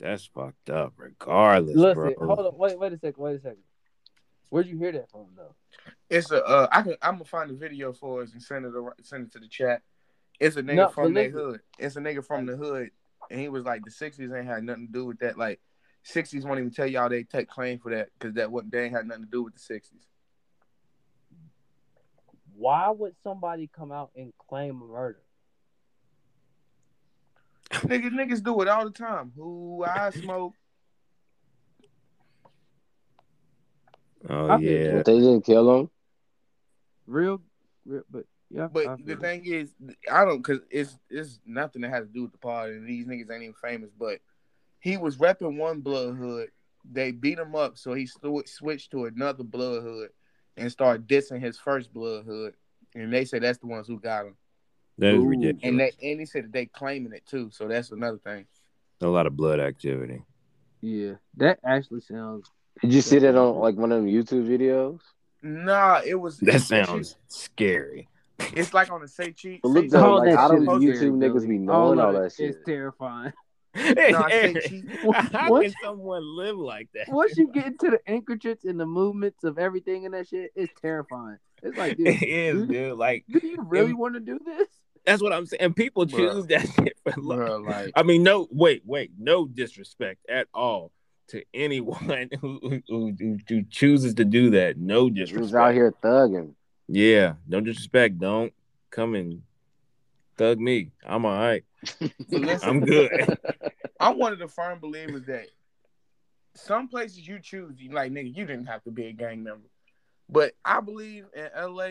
that's fucked up. Regardless, Listen, bro. hold on, wait, wait a second, wait a second. Where'd you hear that from, though? It's a uh, I can I'm gonna find the video for us and send it ar- send it to the chat. It's a nigga No, from but the listen. hood. It's a nigga from the hood, and he was like, the sixties ain't had nothing to do with that. Like sixties won't even tell y'all they take claim for that because that what they ain't had nothing to do with the sixties. why would somebody come out and claim murder? Niggas, niggas do it all the time. Who I smoke. Oh I feel yeah. But they didn't kill him. Real, real but yeah. I But the feel you. thing is, I don't because it's it's nothing that has to do with the pod, and these niggas ain't even famous. But he was repping one blood hood. They beat him up, so he sw- switched to another blood hood and started dissing his first blood hood. And they say that's the ones who got him. That is Ooh. ridiculous. And they and he said that they claiming it too. So that's another thing. a lot of blood activity. yeah, that actually sounds. Did you see that on like one of them YouTube videos? Nah, it was That it's- sounds scary. It's like on the say cheat. But look say- though, All like that I shit don't is YouTube scary, niggas Billy. be knowing all of that it is shit. terrifing. Nah, I said Eric, cheat. How What? can someone live like that? Once you get into the anchorage and the movements of everything and that shit, it's terrifying. It's like, dude, It is, dude. Like do you really want to do this? that's what I'm saying. And people Bruh. choose that shit for love. Bruh, like I mean, no, wait, wait, no disrespect at all to anyone who who, who, who chooses to do that. No He was out disrespect. here thugging. Yeah, no disrespect. Don't come and thug me. I'm all right. So listen, I'm good. I'm one of the firm believers that some places you choose, you like nigga, you didn't have to be a gang member. But I believe in LA,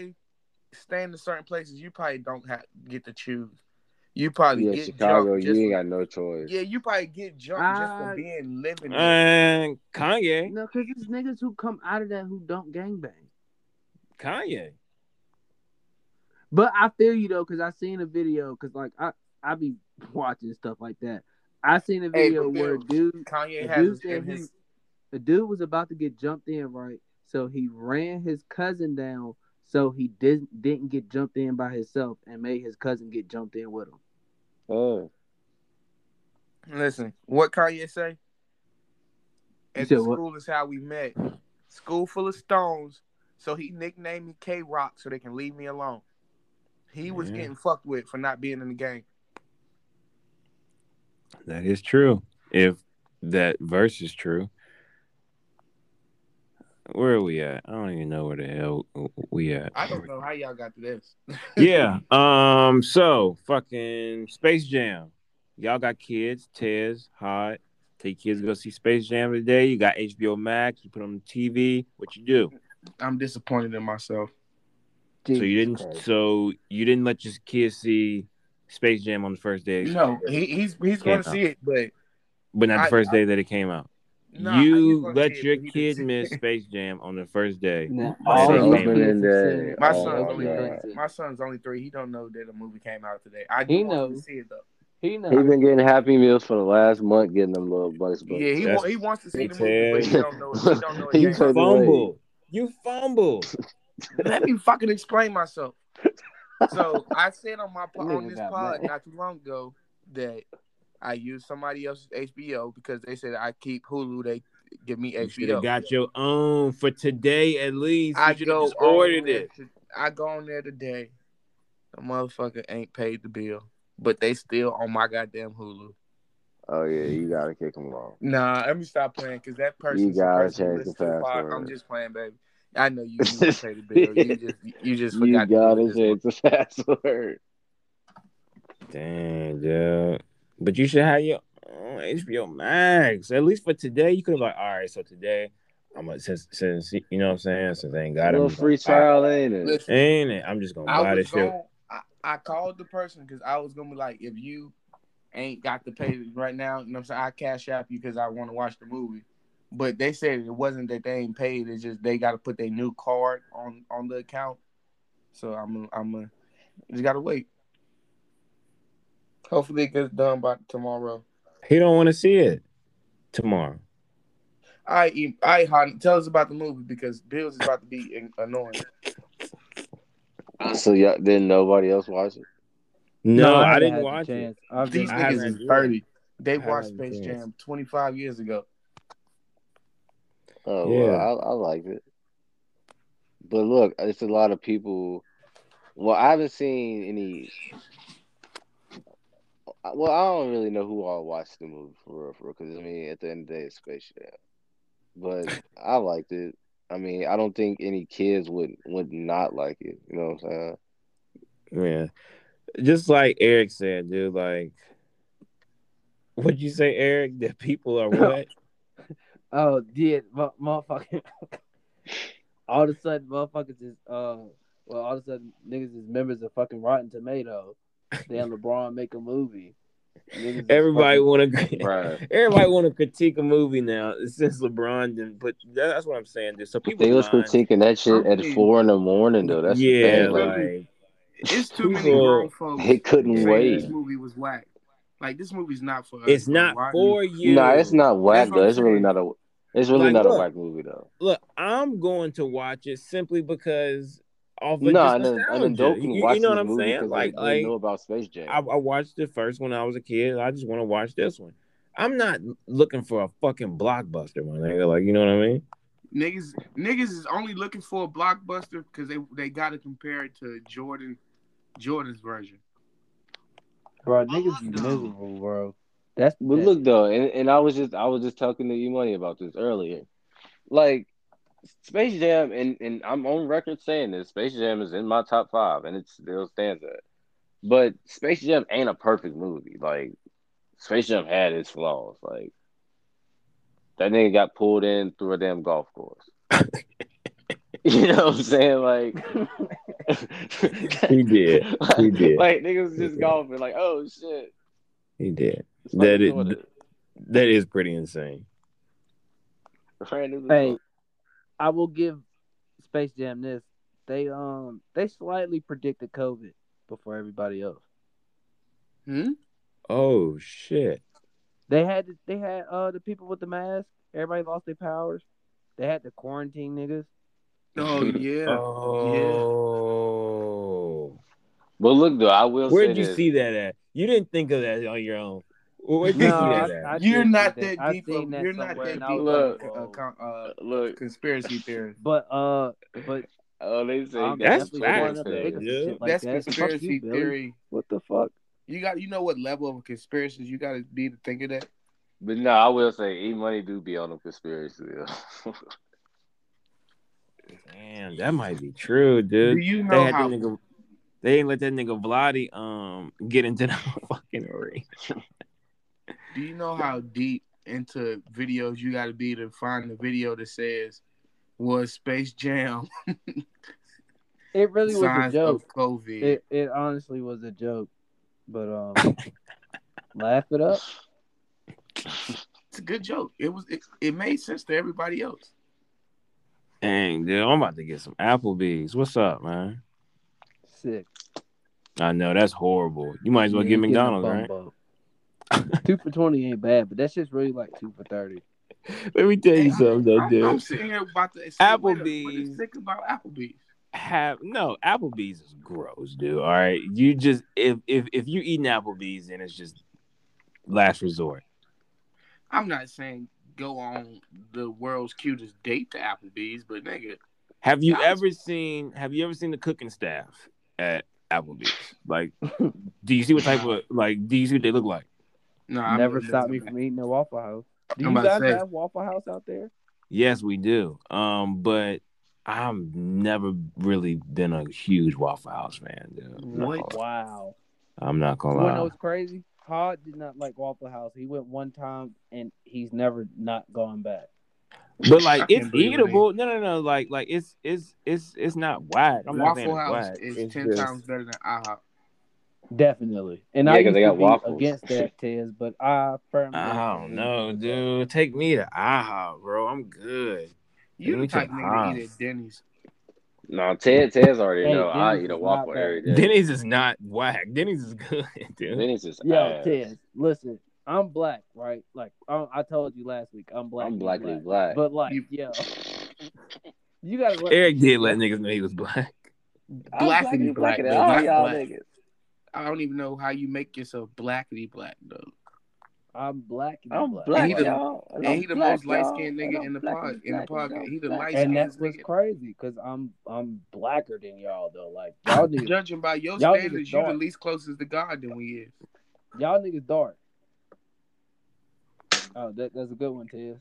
staying in certain places, you probably don't have get to choose. You probably Yeah, get Chicago, jumped you just ain't for- got no choice. yeah, you probably get jumped just Uh, for being living. there. and Kanye, No, because it's niggas who come out of that who don't gangbang. Kanye. But I feel you though, because I seen a video, because like I I be watching stuff like that. I seen a Hey, video but where a Bill, dude Kanye the has it dude in said he, his the dude was about to get jumped in, right? So he ran his cousin down so he didn't didn't get jumped in by himself and made his cousin get jumped in with him. Oh. listen. What Kanye say? He At said the what? school is how we met. School full of stones. So he nicknamed me K Rock so they can leave me alone. He was Yeah. getting fucked with for not being in the game. That is true. If that verse is true. Where are we at? I don't even know where the hell we at. I don't know how y'all got to this. yeah. Um. So fucking Space Jam. Y'all got kids. Tez, hot. Take kids to go see Space Jam today. You got HBO Max. You put on the TV. What you do? I'm disappointed in myself. so you didn't. So you didn't let your kids see Space Jam on the first day. No, he, he's he's going Can't to see it, but but not the I- first I- day that it came out. nah, he's you gonna see let it, your but he kid didn't- miss Space Jam on the first day. Nah, all all those those opening kids have day- seen My all Oh, son's those only kids God. have three. seen. My son's only three. He don't know that a movie came out today. I do He want him to knows. see it though. He He knows. been getting Happy Meals for the last month, getting them little bucks. bucks. Yeah, he That's- wa- he wants to see the Hey, movie, but he Ted. don't know. He don't know. It He came out. couldn't- Fumble. You fumble. Let me fucking explain myself. So I said on my po- That nigga on this got pod mad. not too long ago that I use somebody else's HBO because they said I keep Hulu. They give me You should have HBO. got your own for today at least. I You should have go just on ordered there it. to- I go on there today. The motherfucker ain't paid the bill, but they still on my goddamn Hulu. Oh yeah, you gotta kick him off. Nah, let me stop playing because that person. gotta person who change listens the to pod- password. I'm just playing, baby. I know you, you didn't pay the bill. You just you just You forgot. to gotta do this. change the password. Damn, dude. But you should have your own HBO Max. At least for today, you could have like, all right, so today I'm a, since since you know what I'm saying, since I ain't A got it. little I'm just free gonna buy trial, ain't it? it. Listen, Ain't it? I'm just gonna I buy was this shit. going. I, I called the person because I was gonna be like, if you ain't got the pay right now, you know, what I'm saying I cash app you because I want to watch the movie. But they said it wasn't that they ain't paid. It's just they got to put their new card on on the account. So I'm I'm uh, just gotta wait. Hopefully it gets done by tomorrow. He don't want to see it tomorrow. I eat. I hot. Tell us about the movie because Bills is about to be an- annoying. So yeah, then nobody else watch it. No, haven't I had didn't the watch it. chance. I've These just- I haven't niggas is either. thirty. They I watched haven't Space seen it. Jam twenty five years ago. Oh Yeah. well, I, I liked it. But look, it's a lot of people. Well, I haven't seen any. Well, I don't really know who all watched the movie for real, for because I mean, at the end of the day, it's Space Jam. But I liked it. I mean, I don't think any kids would would not like it. You know what I'm saying? Yeah. Just like Eric said, dude, like what'd you say, Eric? That people are what? Oh, did mo- motherfucker. all of a sudden, motherfuckers is uh, well, all of a sudden, niggas is members of fucking Rotten Tomatoes. Damn, LeBron make a movie. Niggas is Everybody fucking- wanna Right. Everybody want to critique a movie now since LeBron didn't put. that- That's what I'm saying. Dude. So people, They was lying. critiquing that shit at four in the morning though. That's yeah, the thing. Like, like It's too many people- grown folks. It couldn't saying wait. This movie was whack. Like this movie's not for us. It's bro. not Why for you- you. nah, it's not whack That's what though. I'm It's really saying. not a. It's really Like, not look. a whack movie though. Look, I'm going to watch it simply because off of Nah, nah, an, just an nostalgia. adult You, can you watch know this what I'm movie saying? because Like, they, they like know about Space Jam. I, I watched the first when I was a kid. I just want to watch this one. I'm not looking for a fucking blockbuster, my nigga. Like, you know what I mean? niggas? Niggas is only looking for a blockbuster because they they got to compare it to Jordan, Jordan's version. Bro, niggas is miserable, bro. That's But that- look though, and, and I was just I was just talking to E Money about this earlier. Like Space Jam, and and I'm on record saying this: Space Jam is in my top five, and it still stands at. But Space Jam ain't a perfect movie. Like Space Jam had its flaws. Like that nigga got pulled in through a damn golf course. you know what I'm saying? Like He did. He did. Like niggas just Yeah. golfing. Like oh shit. He did. It's like That it- Jordan. That is pretty insane. Random as Hey, fuck. I will give Space Jam this. They um they slightly predicted COVID before everybody else. Hmm. Oh shit. They had they had uh the people with the mask. Everybody lost their powers. They had the quarantine niggas. Oh yeah. Oh. But look though, I will Where'd say you this. see that at? You didn't think of that on your own. Where'd you No, see I- that at? I did You're see not that I deep seen of- that you're not somewhere, that and I was deep of- like, Uh, "Whoa." con- uh, Look, conspiracy theory. but uh, but oh, they say I'm That's definitely going facts, up though, niggas and yeah. shit like That's that. Fuck you, conspiracy Billy. theory. What the fuck? You got you know what level of conspiracies you got to be to think of that. But no, I will say, E Money do be on a conspiracy. Damn, that might be true, dude. Do you They know had how that nigga. They didn't let that nigga Vladi um get into the fucking arena. Do you know how deep into videos you got to be to find the video that says was Space Jam It really was a signs joke. of COVID? It it honestly was a joke, but um, laugh it up. It's a good joke. It was it, it made sense to everybody else. Dang, dude, I'm about to get some Applebee's. What's up, man? Sick. I know that's horrible. You might as well Yeah, get you getting a McDonald's, right? bumbo. two for twenty ain't bad, but that shit's really like two for thirty. Let me tell you Hey, something, though, I'm, dude. I'm sitting here about to say, wait a minute, what is Applebee's. sick about Applebee's. have no Applebee's is gross, dude. All right, you just if if if you eating Applebee's, then it's just last resort. I'm not saying go on the world's cutest date to Applebee's, but nigga, Have you Guys. ever seen Have you ever seen the cooking staff at Applebee's? Like, do you see what type of like? Do you see what they look like? no, nah, Never stopped me from eating a Waffle House. Do I'm about you to guys say. have Waffle House out there? Yes, we do. Um, but I'm never really been a huge Waffle House fan, dude. I'm not What? gonna- Wow. I'm not You gonna wanna know lie. what's crazy? Todd did not like Waffle House. He went one time and he's never not gone back. But I like can't it's believe it ain't. eatable. No, no, no. Like, like it's it's it's it's not whack. I'm not saying Waffle it's House whack. is It's ten just- times better than IHOP. Definitely. And Yeah, I 'cause used they to got be waffles. against that, Tiz, but I firmly I don't agree know, with that. dude. Take me to IHOP, bro. I'm good. You Let me the try type of nigga to eat Hobbs. at Denny's. no, Ted, Ted's already Hey, know. I Denny's eat a is waffle not bad. every day. Denny's is not whack. Denny's is good, dude. Denny's is Yo, ass. Tiz, listen, I'm black, right? Like I, I told you last week, I'm black. I'm you blackly black. But like, You- yo, you gotta let Eric did let niggas know he was black. I'm Blackity blackly black, black. man. all Black, y'all black. niggas. I don't even know how you make yourself blackity black though. I'm black. and I'm black. black, he the- y'all. And, And I'm he the black, most light skinned y'all. nigga And in the I'm black pod and in the black and podcast. y'all He the black. light And skinned that's what's nigga. crazy, cause I'm I'm blacker than y'all though. Like y'all niggas, Judging by your Y'all niggas standards, you the dark. least closest to God than we is. y'all niggas dark. Oh, that, that's a good one, Tiz.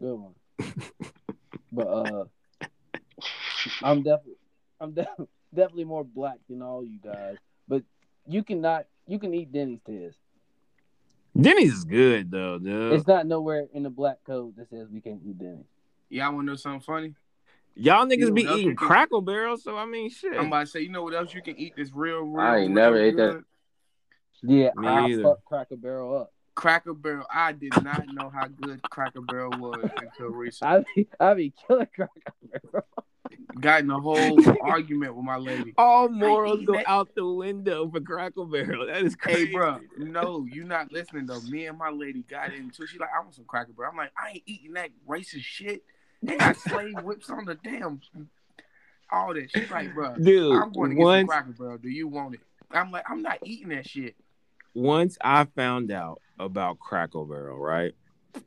Good one. but uh, I'm definitely, I'm def- definitely more black than all you guys. But you cannot, you can eat Denny's test. Denny's is good though, dude. It's not nowhere in the black code that says we can't eat Denny's. Y'all want to know something funny? Y'all niggas be You know, eating Crackle Barrel, so I mean, shit. I'm about to say, you know what else you can eat that's real, real. I ain't real never ate good? Yeah, Me I either. fuck Cracker Barrel up. Cracker Barrel. I did not know how good Cracker Barrel was until recently. I be, I be killing Cracker Barrel. Got in a whole argument with my lady. All morals eat go that- out the window for Crackle Barrel. That is Hey, crazy. bro, no, you not listening though. Me and my lady got into. it. She like, I want some Cracker Barrel. I'm like, I ain't eating that racist shit. They got slave whips on the damn. All that. She's like, bro, dude. I'm going to get some once, Cracker Barrel. Do you want it? I'm like, I'm not eating that shit. once I found out about Crackle Barrel, right?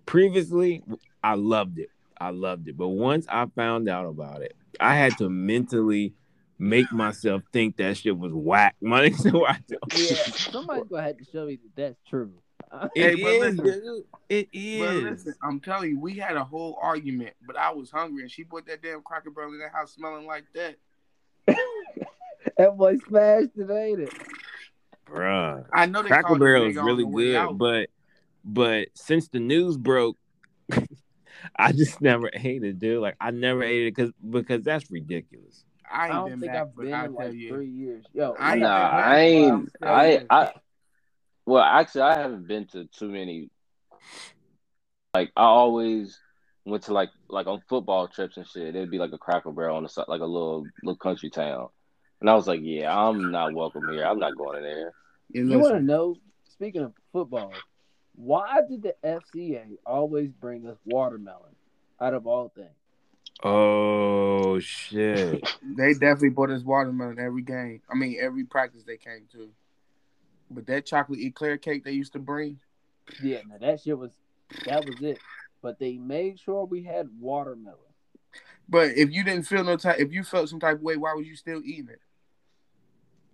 Previously, I loved it. I loved it. But once I found out about it, I had to mentally make myself think that shit was whack. My nigga, so I don't- Yeah, somebody's gonna have to show me that that's true. It but is, listen. dude. It But is. listen, I'm telling you, we had a whole argument, but I was hungry, and she put that damn Cracker Barrel in that house smelling like that. That boy smashed it, ain't it? Bruh. I know they Crackle called the Barrel is nigga on really the way good, out. but but since the news broke, I just never ate it, dude. Like I never ate it because because that's ridiculous. I I ain't don't been think back, I've but been I in tell like you, three years. Yo, I ain't nah, been back, I ain't. but I'm I saying- I. Well, actually, I haven't been to too many. Like I always went to like like on football trips and shit. There'd be like a Cracker Barrel on the side, like a little little country town, and I was like, yeah, I'm not welcome here. I'm not going in there. Yeah, you want to listen, know? Speaking of football, why did the FCA always bring us watermelon out of all things? Oh shit. they definitely bought us watermelon every game. I mean, every practice they came to. But that chocolate eclair cake they used to bring, Yeah, no, that shit was that was it. But they made sure we had watermelon. but if you didn't feel no type, if you felt some type of way, why was you still eating it?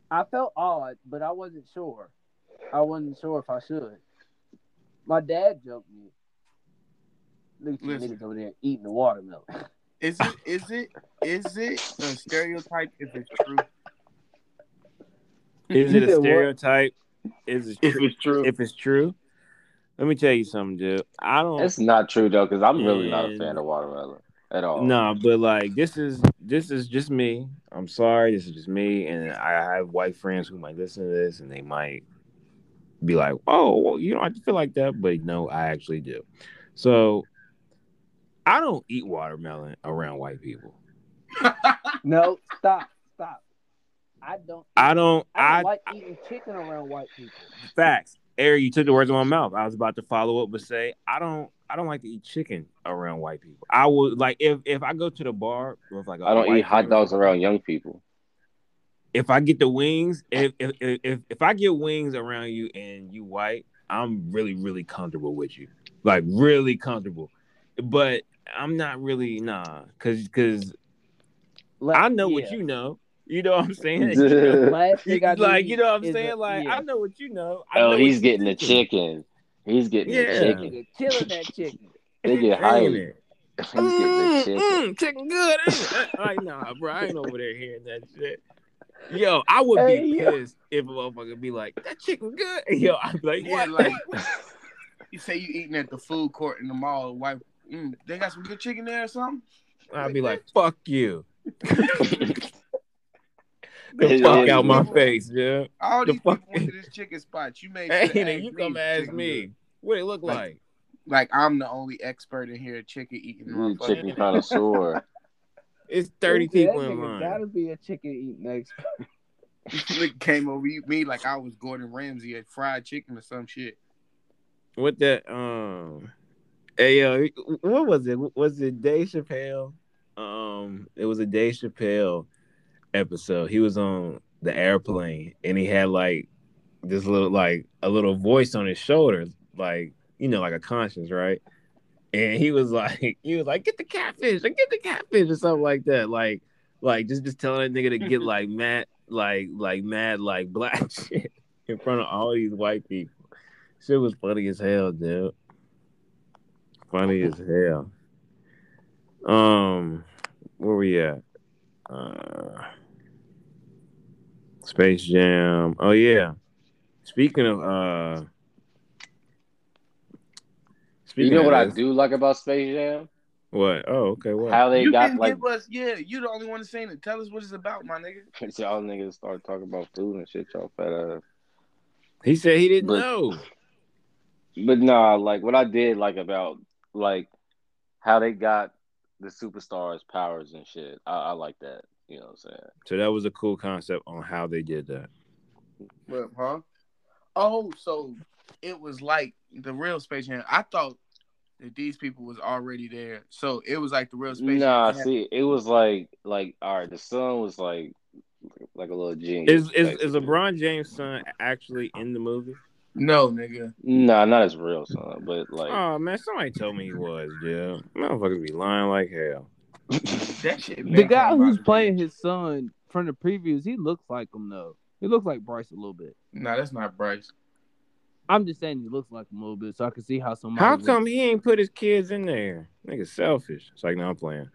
I felt odd, but I wasn't sure. I wasn't sure if I should. My dad joked me. Look at you Listen. niggas over there eating the watermelon. Is it is it is it a stereotype if it's true? Is You it said a what? stereotype? Is it If true? it's true, If it's true, let me tell you something, dude. I don't It's not true though, because I'm really not a And- fan of watermelon at all. No, but like this is this is just me. I'm sorry, this is just me, and I have white friends who might listen to this, and they might be like, "Oh, well, you don't have to feel like that," but no, I actually do. So I don't eat watermelon around white people. no, stop, stop. I don't. I don't. I don't I like eating chicken around white people. facts. Eric, you took the words out of my mouth. I was about to follow up, but say I don't. I don't like to eat chicken around white people. I would like if if I go to the bar with like I I don't eat hot dogs around young people. if I get the wings, if if if- if if I get wings around you and you white, I'm really really comfortable with you, like really comfortable. But I'm not really nah, cause cause Like, I know yeah. what you know. You know what I'm saying? Last You- thing I like need you know what I'm is saying? a- like yeah. I know what you know. I know Oh, what he's you getting the thinking. chicken. He's getting the Yeah. chicken. Nigga, killing that chicken. They Ain't get hype. it? He's getting the Mm, chicken. mm, chicken good, ain't it? like, nah, bro, I ain't over there hearing that shit. Yo, I would Hey, be yo. pissed if a motherfucker be like, that chicken good. Yo, I'd be like, yeah, what? like you say you eating at the food court in the mall, white. Mm, they got some good chicken there or something. I'd be like, fuck you. It The is fuck out my good. face, yeah. All The these fuck- people went to this chicken spot. You made. Hey, sure to and you come if ask chicken me good. what it look like. Like I'm the only expert in here at chicken eating. You motherfucker. chicken connoisseur. It's 30 Nigga, people that in nigga line. Gotta be a chicken eating expert. Nigga came over you- me like I was Gordon Ramsay at fried chicken or some shit. What that um hey yo, what was it? Was it Dave Chappelle? Um it was a Dave Chappelle episode. He was on the airplane and he had like this little like a little voice on his shoulder, like you know, like a conscience, right? And he was like, he was like, get the catfish, or get the catfish, or something like that, like, like just just telling that nigga to get like mad, like like mad, like black shit in front of all these white people. Shit was funny as hell, dude. Funny as hell. Um, where we at? Uh, Space Jam. Oh yeah. Speaking of uh You speaking know of what I this- do like about Space Jam? What? Oh, okay, what? How they you got can like give us, yeah. You the only one that's saying it. Tell us what it's about, my nigga. y'all niggas start talking about food and shit, y'all fat ass. he said he didn't But- know. But nah, like what I did like about like how they got the superstars powers and shit. I, I like that. You know what I'm saying? So that was a cool concept on how they did that. What, huh? Oh, so it was like the real Space Jam. I thought that these people was already there, so it was like the real Space Nah, Jam. see, it was like like all right, the son was like like a little genius. Is is, is basically. LeBron James' son actually in the movie? No, nigga. Nah, not his real son, but like Oh man, somebody told me he was, yeah. Motherfuckers be lying like hell. That shit. The guy who's playing his son from the previews, he looks like him though. He looks like Bryce a little bit. Nah, that's not Bryce. I'm just saying he looks like him a little bit, so I can see how somebody. How would- come he ain't put his kids in there? Nigga selfish. It's like no I'm playing.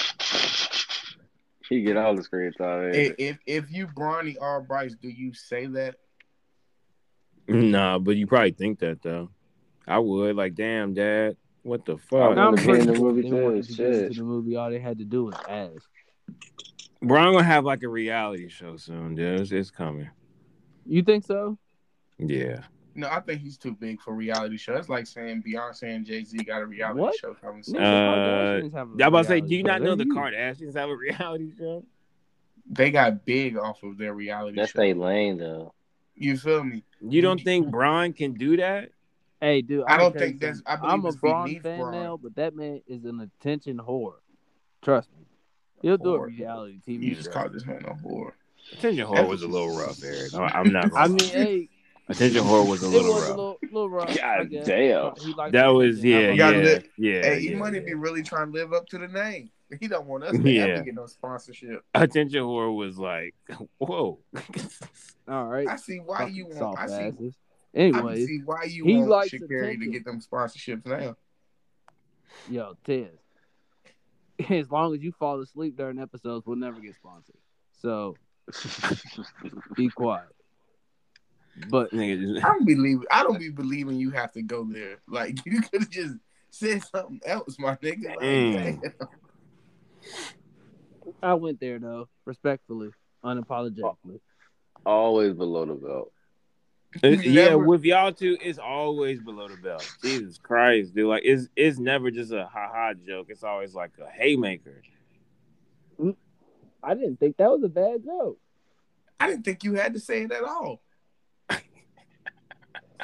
he get all the screen time. If if, if you Bronny or Bryce, do you say that? Nah, but you probably think that though. I would like, damn, dad, what the fuck? Now I'm Wanna be in pretty the sure movie they too, wanted to shit. get into the movie. All they had to do was ask. Bro, I'm gonna have like a reality show soon, dude. It's, it's coming. You think so? Yeah. No, I think he's too big for reality show. That's like saying Beyonce and Jay Z got a reality What? show coming Nigga, soon. the Uh, Kardashians have a I'm about to say, reality do you not show. know They're the huge. Kardashians have a reality show? They got big off of their reality That's show. they lane though. You feel me? You don't think Brian can do that? Hey, dude, I I'ma don't tell you think that's- something. I believe I'm a it's Braun beneath fan Braun. now, but that man is an attention whore. Trust me, he'll do a Whore. reality TV You just show. called this man a whore. Attention whore was a little rough, Eric. I- I'm not. Gonna I mean, hey, attention whore was a it was little a rough. little, little rough. I God guess. damn. He likes That to- was yeah, I Y'all yeah, like- yeah. lit. yeah, Hey, he might yeah. be really trying to live up to the name. He don't want us to Yeah. ever get no sponsorship. Attention whore was like, whoa. All right. I see why you Fucking want. soft I see. asses. I can Anyways, see why you he want likes Shakari to attention. get them sponsorships now. yo, Tiz. As long as you fall asleep during episodes, we'll never get sponsored. So be quiet. But Nigga just- I don't believe. I don't be believing you have to go there. Like you could have just said something else, my nigga. Like, Mm. damn. I went there though, respectfully, unapologetically. Always below the belt. It's- You yeah, never- with y'all two, it's always below the belt. Jesus Christ, dude! Like it's it's never just a ha ha joke. It's always like a haymaker. I didn't think that was a bad joke. I didn't think you had to say it at all.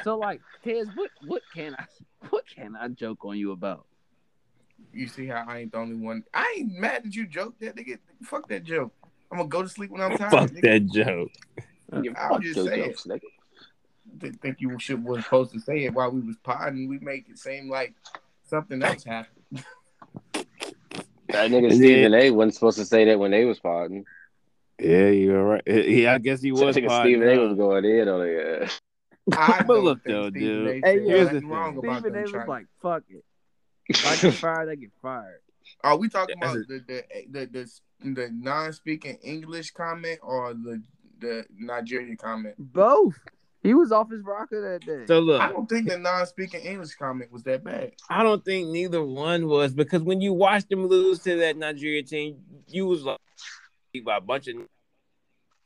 So like, Tiz, what what can I what can I joke on you about? You see how I ain't the only one. I ain't mad that you joked that nigga. Fuck that joke. I'm gonna go to sleep when I'm tired. Fuck nigga. that joke. You I'm fuck just your saying. jokes, nigga. didn't think you should was supposed to say it while we was potting. We make it seem like something else happened. That And nigga then- Stephen A wasn't supposed to say that when they was partying. Yeah, you're right. Yeah, I guess he That was. nigga potting Stephen A was up. going in on it. yeah. I But don't look, think though, Stephen dude. A. Hey, said here's nothing the wrong thing. about Stephen them A was trying- like, fuck it. If I get fired, I get fired. Are we talking That's about the the the the, the non speaking English comment or the the Nigerian comment? Both. He was off his rocker that day. So I look, don't think the non speaking English comment was that bad. I don't think neither one was because when you watched them lose to that Nigeria team, you was like by a bunch of no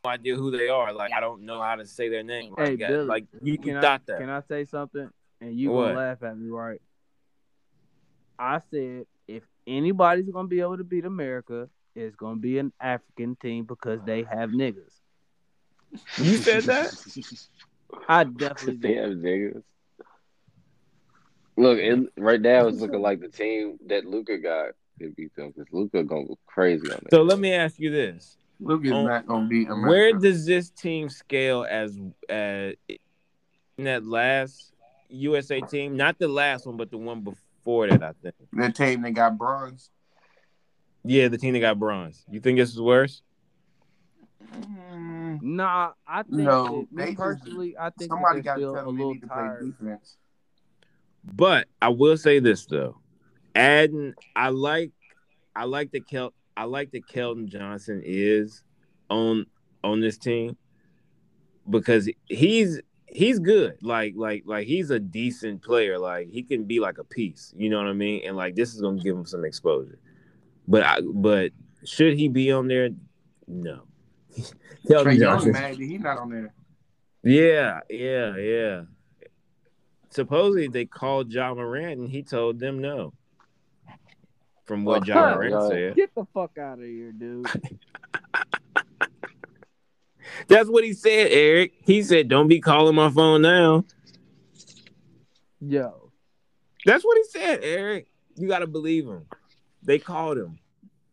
idea who they are. Like I don't know how to say their name. Hey, Like, Billy, like you, can you I, thought that. Can I say something? And you What? gonna laugh at me, right? I said if anybody's gonna be able to beat America, it's gonna be an African team because they have niggas. You said that? I definitely did. Damn niggas. Look, it, right now it's looking like the team that Luca got to beat them because Luca gonna go crazy on So that. let me ask you this. Luke is Um, not gonna be America. Where does this team scale as as in that last USA team? Not the last one, but the one before that, I think. the team that got bronze? Yeah, the team that got bronze. You think this is worse? Mm, Nah, I think No, that, they me just- personally, I think that somebody got they're to still tell a them they little need to play tired. defense. But I will say this though. Adding I like I like the Kel I like that Keldon Johnson is on on this team because he's he's good. Like like like he's a decent player. Like he can be like a piece. You know what I mean? And like this is gonna give him some exposure. But I but should he be on there? No. Trey Keldon Young Johnson. mad that he not on there. Yeah, yeah, yeah. Supposedly they called John Morant and he told them no. From what Oh, John huh. Morant Yeah. said. Get the fuck out of here, dude. That's what he said, Eric. He said, Don't be calling my phone now. Yo, That's what he said, Eric. You gotta believe him. They called him.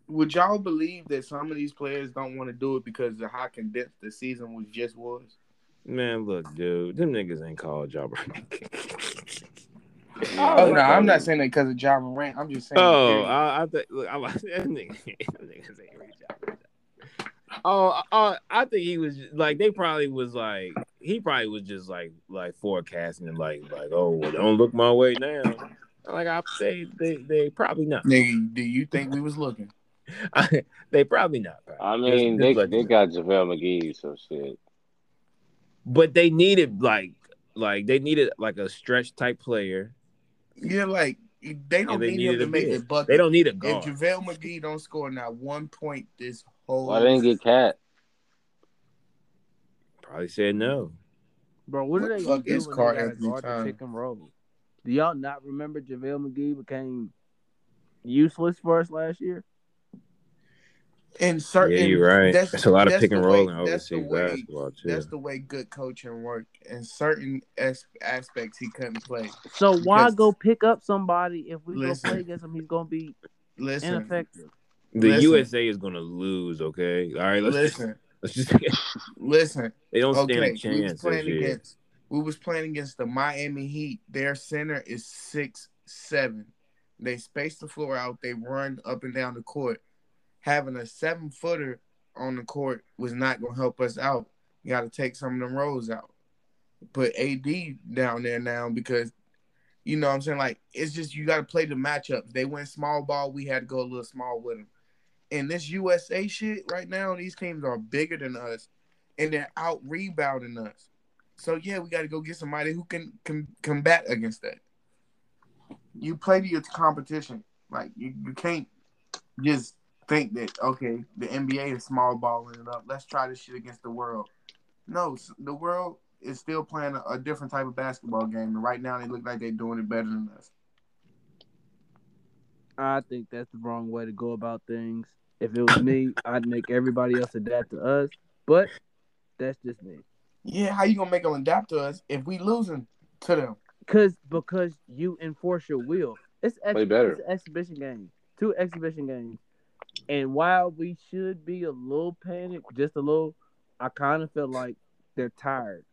Would y'all believe that some of these players don't want to do it because of how condensed the season was just was? Man, look, dude, them niggas ain't called John Morant. Oh, no, I'm not saying that because of John Morant. I'm just saying. Oh, period. I, I think look, I like that nigga. that niggas ain't reach out. Oh, uh, I think he was like they probably was like he probably was just like like forecasting like like oh well, don't look my way now. Like I say, they they probably not. Nigga, do you think we was looking? they probably not. Pat. I Just- just mean, they let they them- got JaVale McGee, so shit. but they needed like like they needed like a stretch type player. Yeah, like they don't And they need him needed to a make the big. bucket. They don't need a If guard. JaVale McGee don't score not one point this whole Why they didn't get Cat? Probably said no. bro, what What are they the gonna fuck do is when Carl they got a Anthony guard to Towns? pick and roll? Do y'all not remember JaVale McGee became useless for us last year? and certain yeah, you're right. That's, that's- a lot of that's pick and the roll way- in that's the overseas way- basketball too. that's the way good coaching work in certain as- aspects he couldn't play. So why Because- go pick up somebody if we go Listen. play against him? He's gonna be Listen, ineffective. The Listen. USA is gonna lose. Okay, all right. Let's listen, let's just listen. they don't stand Okay, a we was chance. this playing year. against we was playing against the Miami Heat. Their center is six seven. They space the floor out. They run up and down the court. Having a seven footer on the court was not gonna help us out. You got to take some of them rolls out. Put AD down there now because you know what I'm saying like it's just you got to play the matchups. They went small ball. We had to go a little small with them. And this USA shit right now, these teams are bigger than us and they're out rebounding us. So yeah, we got to go get somebody who can, can combat against that. You play to your competition. Like you, you can't just think that okay, the NBA is small balling it up. Let's try this shit against the world. No, s- the world is still playing a, a different type of basketball game, and right now they look like they're doing it better than us. I think that's the wrong way to go about things. If it was me, I'd make everybody else adapt to us. But that's just me. Yeah, how you gonna make them adapt to us if we losing to them? Cause because you enforce your will. It's, ex- Play better. it's an exhibition game. Two exhibition games. And while we should be a little panicked, just a little, I kind of feel like they're tired.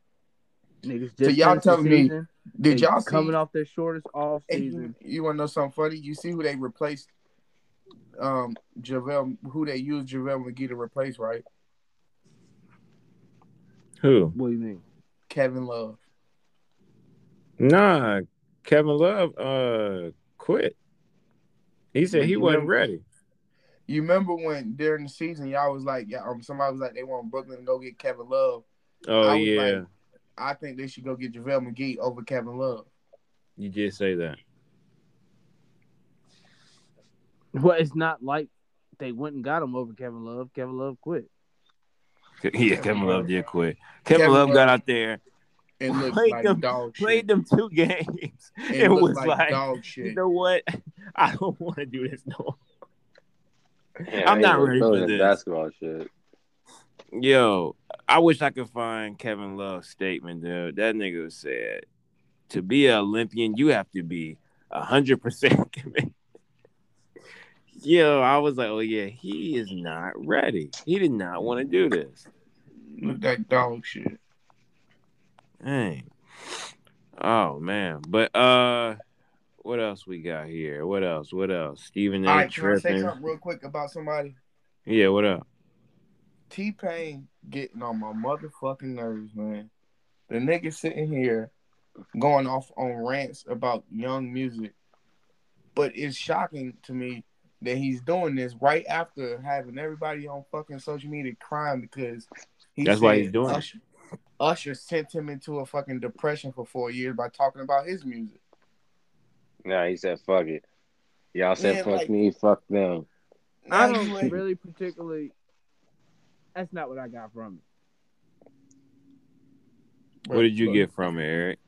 Niggas just y'all finished the telling me- season. Did They y'all see coming off their shortest off And season? you, you want to know something funny? You see who they replaced? Um, Javale, who they used Javale McGee to replace, right? Who? What do you mean? Kevin Love. Nah, Kevin Love uh quit. He said he You wasn't remember- ready. You remember when during the season y'all was like, yeah, um, somebody was like they want Brooklyn to go get Kevin Love. Oh I was yeah, like- I think they should go get Javale McGee over Kevin Love. you did say that. Well, it's not like they went and got him over Kevin Love. Kevin Love quit. Yeah, Kevin Love did quit. Kevin, Kevin Love Love got out there, And looked Played like them- dog played shit. them two games, And and, was looked like, like, dog you shit. know what? I don't want to do this no. more. Yeah, I'm they not were ready throwing for that this. Basketball shit. Yo, I wish I could find Kevin Love's statement, dude. That nigga said, to be an Olympian, you have to be 100% committed. Yo, I was like, oh, yeah, he is not ready. He did not want to do this. Looked like dog shit. Dang. Oh, man. But, uh, what else we got here? What else? What else? Stephen All A. right, can I say Tripping. something real quick about somebody? Yeah, what up? T Pain getting on my motherfucking nerves, man. The nigga sitting here going off on rants about young music. But it's shocking to me that he's doing this right after having everybody on fucking social media crying because he That's why said he's doing it. Usher, Usher sent him into a fucking depression for four years by talking about his music. Nah, he said, fuck it. Y'all said, Yeah, fuck like- me, fuck them. I Now don't you ain't- really particularly. That's not what I got from it. What did you get from it, Eric?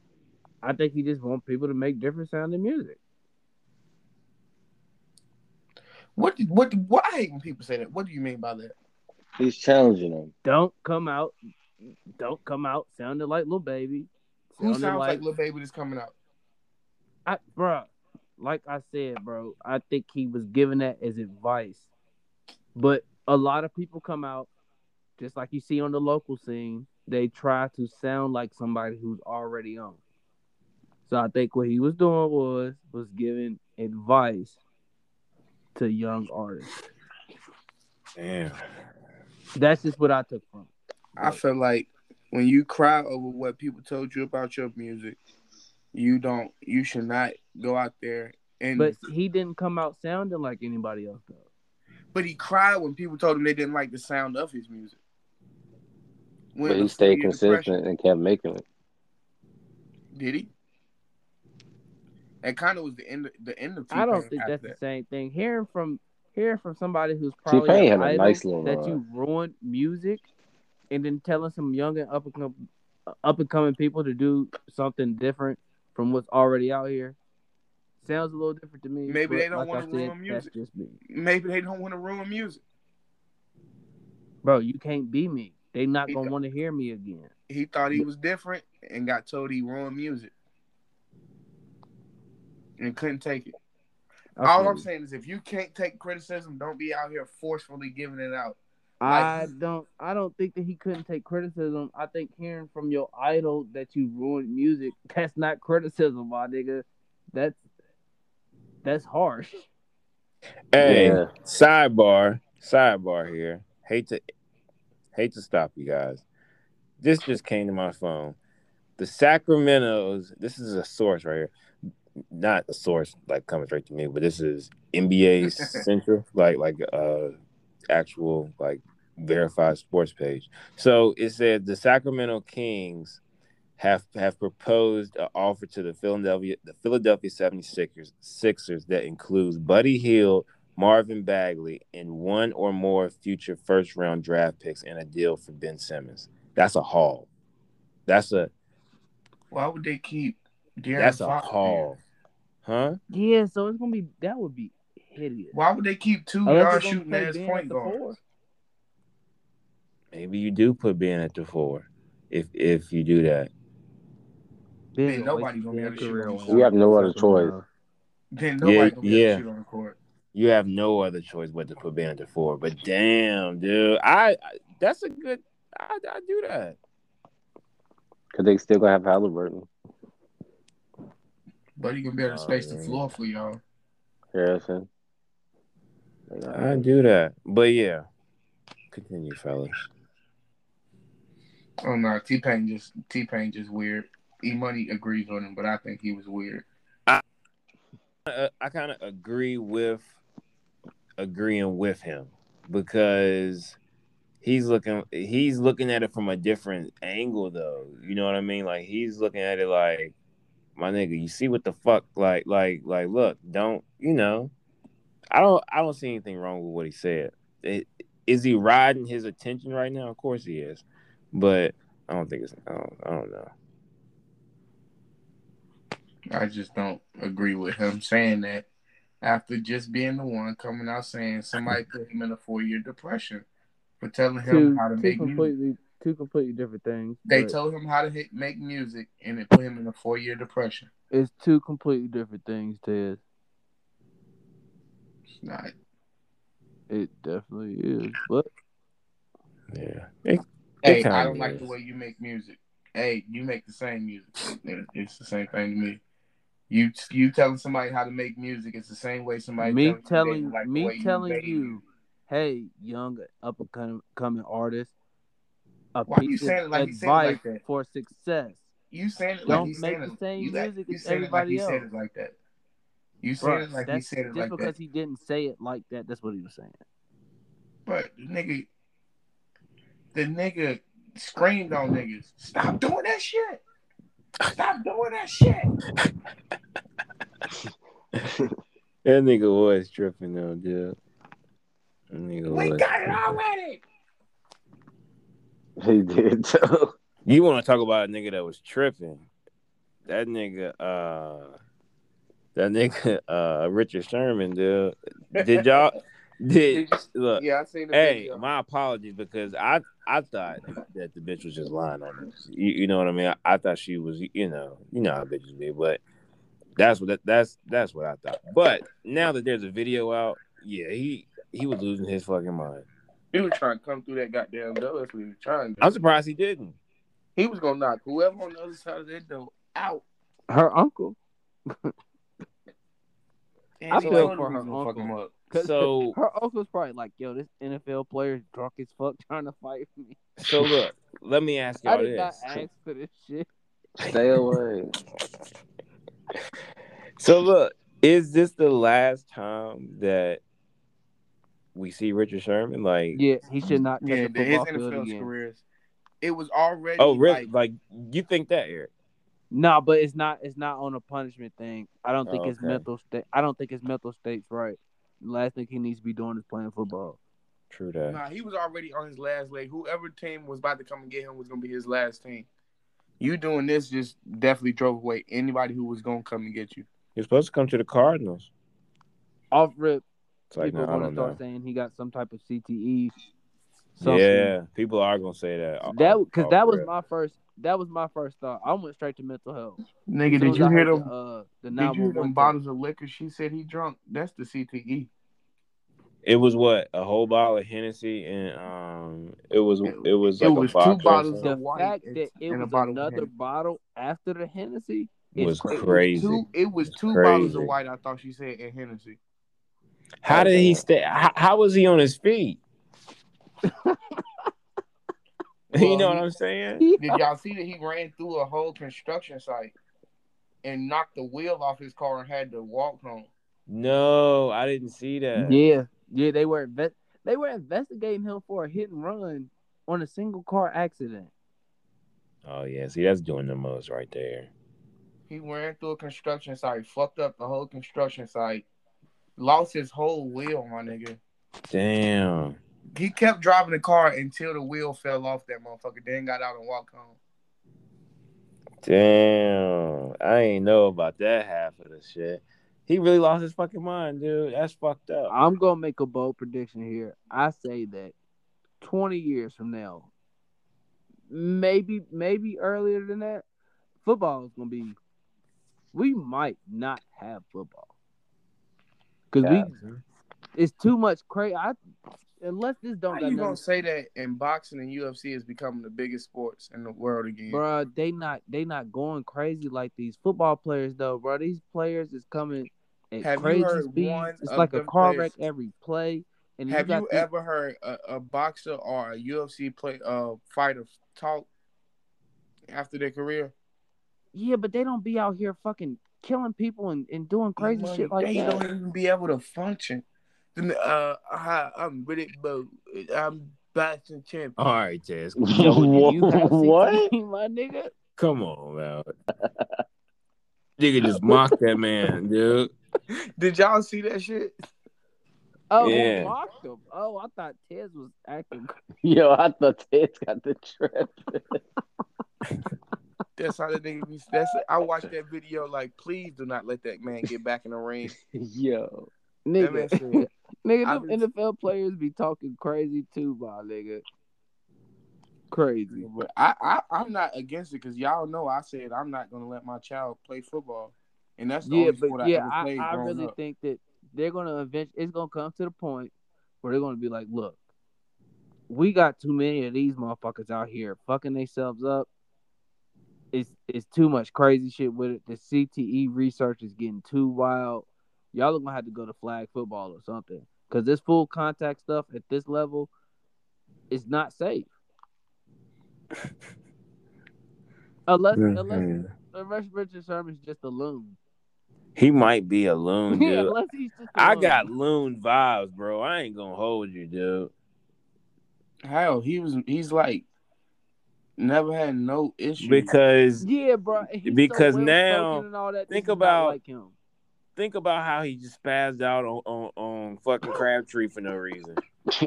I think he just want people to make different sounding music. What? What? Why I hate when people say that? What do you mean by that? He's challenging them. Don't come out, don't come out sounding like little baby. Who sounding sounds like Lil Baby that's coming out? I, bro, like I said, bro, I think he was giving that as advice. But a lot of people come out, just like you see on the local scene, they try to sound like somebody who's already on. So I think what he was doing was was giving advice to young artists. Damn. That's just what I took from. it. I feel like when you cry over what people told you about your music, you don't, you should not go out there and. But But, he didn't come out sounding like anybody else though. he cried when people told him they didn't like the sound of his music. When But the he stayed four-year depression- consistent and kept making it. Did he? That kind of was the end. Of, the end of. I don't T-Pain think after that's the same thing. Hearing from hearing from somebody who's T-Pain probably had an a idol nice little that run. you ruined music, and then telling some young and up and com- up and coming people to do something different from what's already out here sounds a little different to me. Maybe but they don't like I wanna said, ruin music. That's just me, Maybe they don't want to ruin music. bro. You can't be me. They not He gonna got- want to hear me again. He thought he was different and got told he ruined music and couldn't take it. I All feel I'm you. saying is, if you can't take criticism, don't be out here forcefully giving it out. I don't. I don't think that he couldn't take criticism. I think hearing from your idol that you ruined music. That's not criticism, my nigga. That's that's harsh. Hey, Yeah. sidebar, sidebar here. Hate to hate to stop you guys. This just came to my phone. The Sacramento's, this is a source right here. Not a source like coming straight to me, but this is NBA Central, like like uh actual like verified sports page. So it said the Sacramento Kings have have proposed an offer to the Philadelphia the Philadelphia 76ers Sixers that includes Buddy Hill, Marvin Bagley, and one or more future first round draft picks and a deal for Ben Simmons. That's a haul. That's a Why would they keep Darren that's a Fox? haul. Huh? Yeah, so it's gonna be that would be hideous. Why would they keep two yard Unless you're gonna shooting play ass Ben point at the guards? four. Maybe you do put Ben at the four if if you do that. Ben Man, gonna waste nobody his gonna be damn able to shoot career him. on You one have no other fucking choice. round. Then nobody Yeah, gonna be able yeah. to shoot on the court. You have no other choice but to put Ben at the four. But damn, dude, I, I that's a good. I, I do that. Because they still going to have Halliburton, But he gonna be able to Oh, space the man. floor for y'all. Harrison. I do that. But yeah, continue, fellas. Oh no, T Pain just T Pain just weird. E Money agrees with him, but I think he was weird. I, I kind of agree with agreeing with him because he's looking he's looking at it from a different angle though. You know what I mean? Like he's looking at it like my nigga, you see what the fuck like like like look, don't, you know, I don't I don't see anything wrong with what he said. It, is he riding his attention right now? Of course he is. But I don't think it's I don't, I don't know. I just don't agree with him saying that after just being the one coming out saying somebody put him in a four year depression for telling him Two, how to two make music. completely two completely different things. They but told him how to hit, make music and it put him in a four year depression. it's two completely different things, Ted. It's not- It definitely is. But Yeah. It- Hey, kinda I don't like is. the way you make music. Hey, you make the same music. It- It's the same thing to me. You you telling somebody how to make music, it's the same way somebody me telling you they telling don't like the way me telling made you, music. hey, young up and com- coming artist, a Why you piece of saying it like he said it advice like that? for success. You saying it like Don't he's make saying the it. same You, act- music you as saying it like everybody he said else. it like that. You said Bruh, it like he that's- said it just like because that. he didn't say it like that. That's what he was saying. But the nigga, the nigga screamed on niggas. Stop doing that shit. Stop doing that shit. That nigga was tripping though, dude. That nigga We was got it tripping. already. He did though. You want to talk about a nigga that was tripping? That nigga, uh, that nigga, uh, Richard Sherman, dude. Did y'all did look? Yeah, I seen the Hey, video. my apologies because I I thought that the bitch was just lying on us. You, you know what I mean? I, I thought she was, you know, you know how bitches be, but that's what that, that's that's what I thought. But now that there's a video out, yeah, he he was losing his fucking mind. He was trying to come through that goddamn door. That's what he was trying to. do. I'm surprised he didn't. He was gonna knock whoever on the other side of that door out. Her uncle, And I he feel wanted for me her to fuck uncle. him up. 'Cause So her uncle's probably like, "Yo, this NFL player is drunk as fuck trying to fight me." so look, let me ask I y'all did not this. ask for this shit. Stay away. So look, is this the last time that we see Richard Sherman? Like, Yeah, he should not touch Yeah, a the- his football field NFL again. careers. It was already. oh really? like- Like, you think that, Eric? No, but it's not. It's not on a punishment thing. I don't think Oh, his okay. mental state. I don't think his mental state's right. The last thing he needs to be doing is playing football. True that. Nah, he was already on his last leg. Whoever team was about to come and get him was gonna be his last team. You doing this just definitely drove away anybody who was gonna come and get you. He was supposed to come to the Cardinals. Off rip, It's like, people no, are I going don't to start know. saying he got some type of E, CTE. Yeah, people are gonna say that. Oh, that because oh, that was real. my first. That was my first thought. I went straight to mental health. Nigga, As soon did as you I hear heard them? The, uh, the Did you hear 911 them call. bottles of liquor? She said he drunk. That's the E. CTE. It was what a whole bottle of Hennessy, and um, it was It- it was it like was a two vodka or bottles something. the of white fact and- that it and a was bottle of another Hennessy. bottle after the Hennessy It was is It was crazy. Two, it was It's two bottles of crazy. white. I thought she said and Hennessy. How did he stay? How, how was he on his feet? you Well, know he- what I'm saying? Did y'all see that he ran through a whole construction site and knocked the wheel off his car and had to walk home? No, I didn't see Yeah. that. yeah, They were inve- they were investigating him for a hit and run on a single car accident. Oh yeah, see that's doing the most right there. He ran through a construction site, fucked up the whole construction site, lost his whole wheel, my nigga. Damn. He kept driving the car until the wheel fell off that motherfucker, then got out and walked home. Damn, I ain't know about that half of the shit. He really lost his fucking mind, dude. That's fucked up. I'm gonna make a bold prediction here. I say that 20 years from now, maybe maybe earlier than that, football is gonna be. We might not have football because we it's too much crazy. I unless this don't How got you gonna nothing. say that in boxing and UFC is becoming the biggest sports in the world again? Bruh, they not they not going crazy like these football players though, bruh. These players is coming at Have you crazy heard speeds. once It's of like a them car players- wreck every play. And Have got you these- ever heard a, a boxer or a UFC play uh fighter talk after their career? Yeah, but they don't be out here fucking killing people and, and doing crazy Money, shit like they that. don't even be able to function. Then, Uh, hi, I'm Riddick Bowe. I'm boxing champion. All right, Jess. Yo, do you have What? 16, my nigga? Come on, man. Nigga just mocked that man, dude. Did y'all see that shit? Oh, Yeah. he mocked him. Oh, I thought Tez was acting. Yo, I thought Ted's got the trip. That's how that nigga be. That's I watched that video. Like, please do not let that man get back in the ring. Yo, That man Nigga, said, I nigga, them was- NFL players be talking crazy too, my nigga. Crazy. but I, I, I'm not against it because y'all know I said I'm not gonna let my child play football, and that's the yeah, only sport but yeah, I ever I, played I growing really up. think that they're gonna event. It's gonna come to the point where they're gonna be like, look, we got too many of these motherfuckers out here fucking themselves up. It's it's too much crazy shit with it. The CTE research is getting too wild. Y'all are gonna have to go to flag football or something because this full contact stuff at this level is not safe. Unless unless unless Richard Sherman's just a loon. He might be a loon, dude. Unless he's just a I loon. got loon vibes, bro. I ain't gonna hold you, dude. How he was? He's like never had no issue. Because Yeah, bro. and he's so Because well-spoken now, and all that, this think is not about- like him. think about how he just spazzed out on on, on fucking Crabtree for no reason. No, he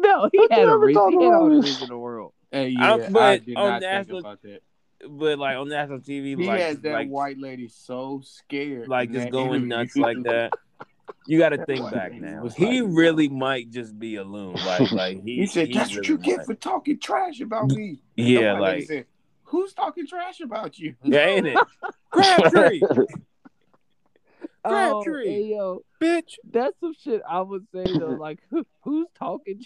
What you had a ever reason. talking He had about all the this? reason in the world. hey, yeah, I'm- I, but oh, did on not national- think about that. But like on national TV, He like has that like, white lady so scared. like in just that going interview. nuts like that. You got to think White back lady now. was He like- really might just be a loon. Like like he, He said, he "That's what you really get might. for talking trash about me." And the Yeah, white lady like said, who's talking trash about you? yeah, ain't it? Crabtree, Oh, Crabtree, hey, yo, bitch. that's some shit I would say though. Like, who, who's talking?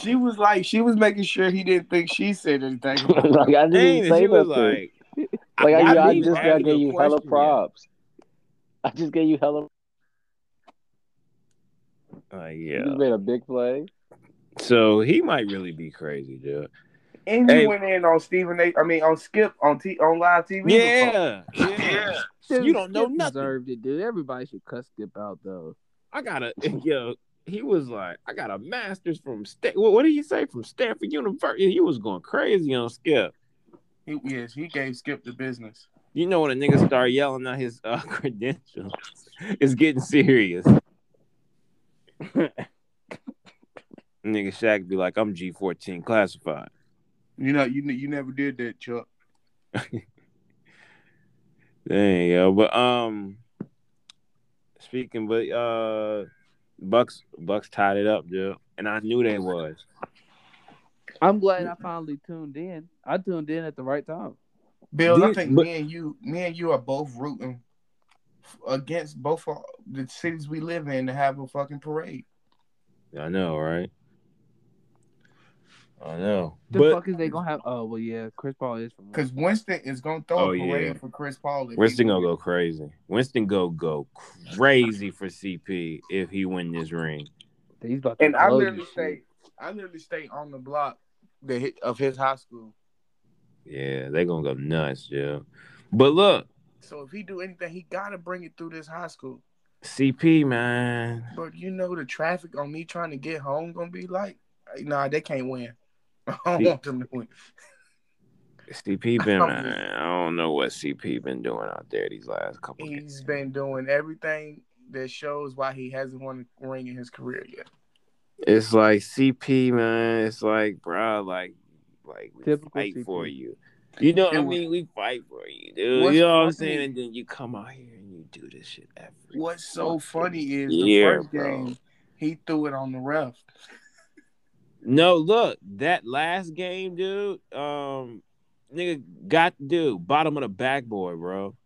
She was like, she was making sure he didn't think she said anything. like I didn't Ain't even it? say She was nothing. like, Like Why I, I, didn't you just I ask gave the you hella question yet? props. I just gave you hella. oh You yeah. just made a big play. So he might really be crazy, dude. And you Hey. went in on Stephen A. I mean, on Skip on T on live TV. Yeah, yeah. Dude, You don't know Skip nothing. Deserved it, dude. Everybody should cuss Skip out though. I got a yo. He was like, I got a master's from state. What, what did he say from Stanford University? He was going crazy on Skip. He, yes, he gave Skip the business. You know when a nigga start yelling out his uh, credentials, it's getting serious. nigga Shaq be like, I'm G fourteen classified. You know, you ne- you never did that, Chuck. There you go. But um, speaking, but uh, Bucks Bucks tied it up, dude, and I knew they was. I'm glad I finally tuned in. I tuned in at the right time. Bill, I Did- think but- me and you, me and you are both rooting f- against both of the cities we live in to have a fucking parade. I know, right? I know. The but fuck is they gonna have? Oh well, yeah, Chris Paul is from. Because Winston is gonna throw Oh, a parade yeah. for Chris Paul. if he Winston gonna wins. go crazy. Winston go go crazy for CP if he win this ring. He's about to And I blow literally this stay, shit. I literally stay on the block that hi- of his high school. Yeah, they gonna go nuts, yeah. But look, So if he do anything, he gotta bring it through this high school. CP man, But you know the traffic on me trying to get home gonna be like, nah, they can't win. I don't Yeah. want them to win. CP been I'm just- I don't know what CP been doing out there these last couple. games. He's been doing everything that shows why he hasn't won a ring in his career yet. It's like CP man. It's like bro, like like we Typical fight CP. for you. You know what I And mean? We fight for you, dude. what's You know what I'm funny- saying? And then you come out here and you do this shit every. What's fucking so funny is the year, first bro. game he threw it on the ref. No, look, that last game, dude, um, nigga got dude, bottom of the backboard, bro.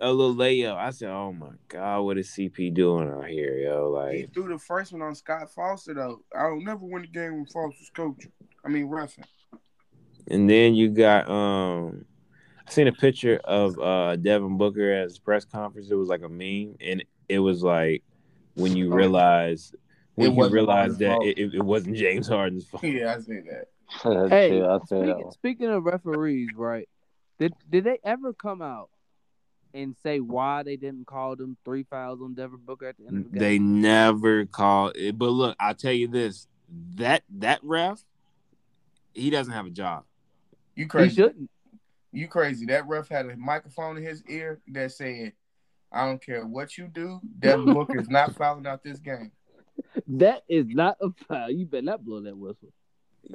a little layup. I said, Oh my god, what is CP doing out here, yo? He Like threw the first one on Scott Foster though. I don't never win a game when Foster's coaching. I mean refing. and then you got um I seen a picture of uh Devin Booker at his press conference. It was like a meme and it was like when you Oh. realize when It you wasn't realize Harden's that fault. it, it, it wasn't James Harden's fault. Yeah, I see that. Hey, I said that speaking, one. speaking of referees, right? Did did they ever come out and say why they didn't call them three fouls on Devin Booker at the end of the They game? never call it. But look, I'll tell you this: that that ref, he doesn't have a job. You He crazy. shouldn't. You crazy. That ref had a microphone in his ear that said, I don't care what you do, Devin Booker is not fouling out this game. That is not a foul. You better not blow that whistle.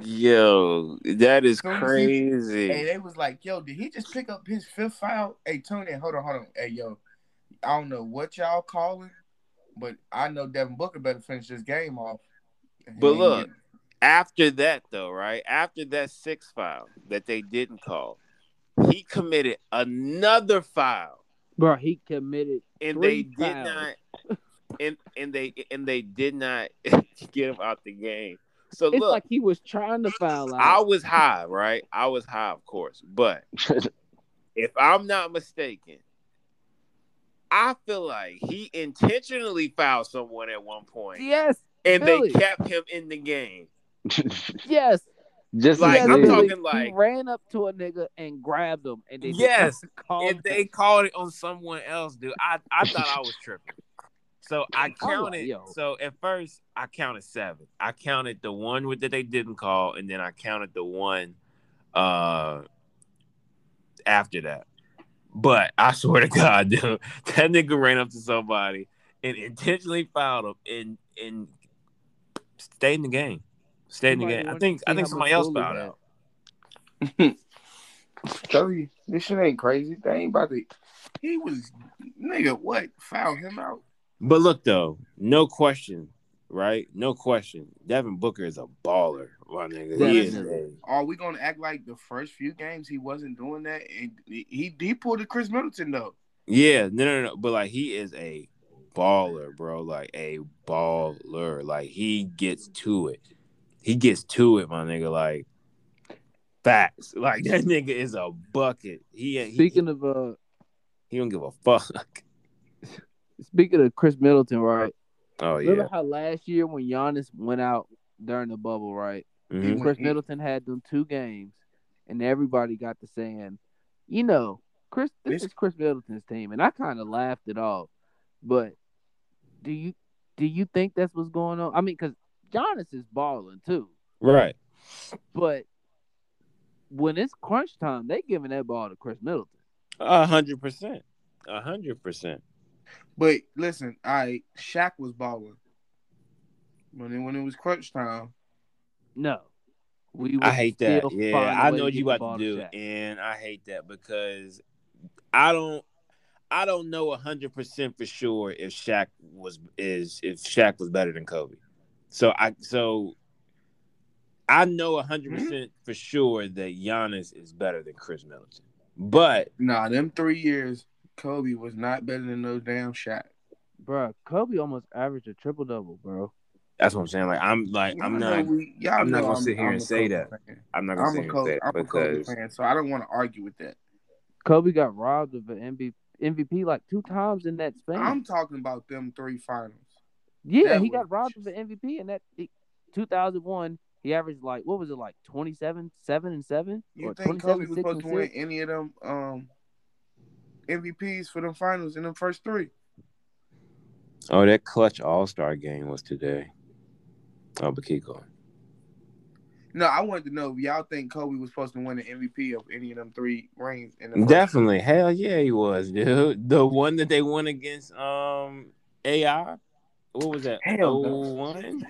Yo, that is So you see- crazy. Hey, they was like, yo, did he just pick up his fifth foul? Hey, Tony, hold on, hold on. Hey, yo, I don't know what y'all calling, but I know Devin Booker better finish this game off. But look. After that, though, right after that six foul that they didn't call, he committed another foul, Bro, he committed and Three they did fouls. not, and and they and they did not get him out the game. So It's look, like he was trying to foul I out. was high, right? I was high, of course, but if I'm not mistaken, I feel like he intentionally fouled someone at one point, yes, and really? they kept him in the game. yes. Just Like, as I'm big. talking He like- ran up to a nigga and grabbed him, and they didn't Yes, call If him. they called it on someone else, dude, I, I thought I was tripping. So I I'm like, counted. Oh, yo. so at first I counted seven. I counted the one with, that they didn't call, and then I counted the one uh after that. But I swear to God, dude, that nigga ran up to somebody and intentionally fouled him and and stayed in the game. Stayed in the Somebody game. I wanted think to I see think how somebody much else bully fouled that. out. Tell you, this shit ain't crazy. They ain't about to. He was nigga. What fouled him out? But look though, no question, right? No question. Devin Booker is a baller, my nigga. He is Definitely. Are we gonna act like the first few games he wasn't doing that? And he he pulled to Chris Middleton though. Yeah, no, no, no. But like he is a baller, bro. Like a baller. Like he gets to it. He gets to it, my nigga. Like facts. Like that nigga is a bucket. He he, Speaking of uh, he don't give a fuck. speaking of Chris Middleton, right? Oh yeah. Remember how last year when Giannis went out during the bubble, right? Mhm. Mhm. Chris Middleton had them two games, and everybody got to saying, you know, Chris, this This- is Chris Middleton's team, and I kind of laughed it off. But do you do you think that's what's going on? I mean, because Giannis is balling too, Right. but when it's crunch time, they giving that ball to Chris Middleton. A hundred percent. A hundred percent. But listen, I Shaq was balling. When it, when it was crunch time, No, we. I would hate that. still Yeah, find a I way know what get you the about ball to do, Shaq. and I hate that because I don't, I don't know hundred percent for sure if Shaq was is if Shaq was better than Kobe. So I so I know 100 percent for sure that Giannis is better than Chris Middleton, but nah, them three years, Kobe was not better than those damn Shaq. Bruh, Kobe almost averaged a triple double, bro. that's what I'm saying. Like I'm like I'm Y'all know not we- y'all I'm not know gonna sit here and a say Kobe that. fan. I'm not gonna I'm say a Kobe, anything I'm a Kobe because fan, so I don't want to argue with that. Kobe got robbed of an MVP, MVP like two times in that span. I'm talking about them three finals. yeah, that he was- got robbed of an MVP in that he- 2001. He averaged like what was it like 27, seven and seven, You or think 27, Kobe was six supposed to and win six? any of them um, MVPs for them finals in them first three? oh that clutch All Star game was today. Oh, but keep going. No, I wanted to know if y'all think Kobe was supposed to win the MVP of any of them three rings in the first Definitely. Hell yeah, he was, dude. The one that they won against um AI. What was that? Hell no. Oh, one.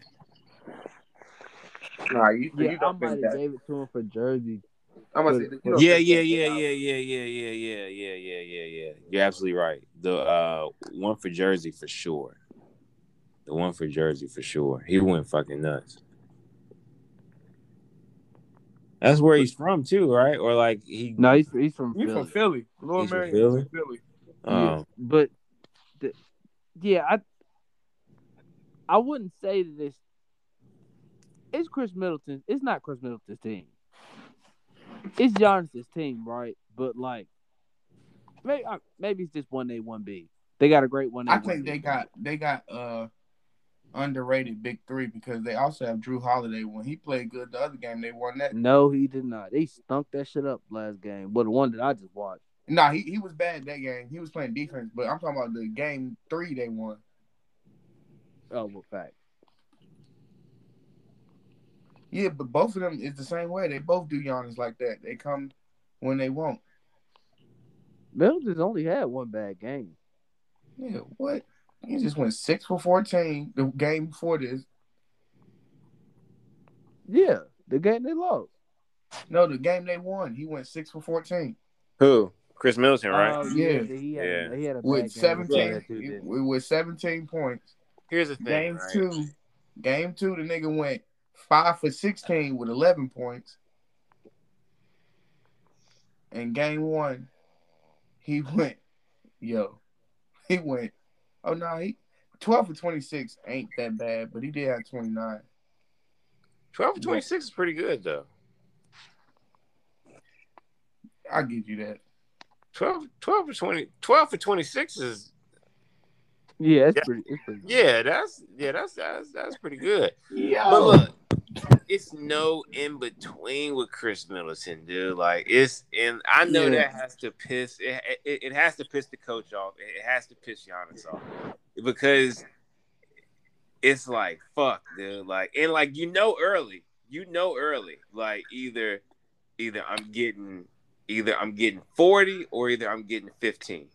Nah, you, Yeah, you I don't might think have that. gave it to him for jersey. I'm gonna but- say that. you don't Yeah, think yeah, that. yeah, yeah, yeah, yeah, yeah, yeah, yeah, yeah, yeah, yeah. You're absolutely right. The uh one for Jersey for sure. The one for Jersey for sure. He went fucking nuts. That's where he's from too, right? Or like he No, he's, he's from You Philly. from Philly, Lord He's from Mary, Philly? Philly. Philly. um, but the, yeah, I I wouldn't say that it's it's Chris Middleton. It's not Chris Middleton's team. It's Giannis's team, right? But like, maybe I- maybe it's just one A, one B. They got a great one. I think they got they got uh underrated big three because they also have Drew Holiday. When he played good the other game, they won that. No, he did not. They stunk that shit up last game. But the one that I just watched. Nah, he, he was bad that game. He was playing defense, but I'm talking about the game three they won. Oh, well, fact. Yeah, but both of them is the same way. They both do Giannis like that. They come when they want. Middleton's only had one bad game. Yeah, what? He just went six for fourteen the game before this. Yeah, the game they lost. No, the game they won, he went six for fourteen. who? Chris Middleton, right? Oh, Yeah. he had, Yeah. He had a bad game. With Yeah, seventeen that dude did. with seventeen points. Here's the thing. Game right? two, game two, the nigga went five for sixteen with eleven points. And game one, he went, yo, he went. Oh no, he twelve for twenty six ain't that bad, but he did have twenty nine. 12 for 26 is pretty good though. I give you that. 12, 12 for 20 12 for 26 is Yeah, it's Yeah. pretty. It's pretty. yeah, that's yeah, that's that's that's pretty good. Yeah, But look, it, it's no in between with Chris Middleton, dude. Like it's and I know Yeah. that has to piss it, it. It has to piss the coach off. It has to piss Giannis off because it's like fuck, dude. Like and like you know early, you know early. Like either either I'm getting either I'm getting forty or either I'm getting fifteen.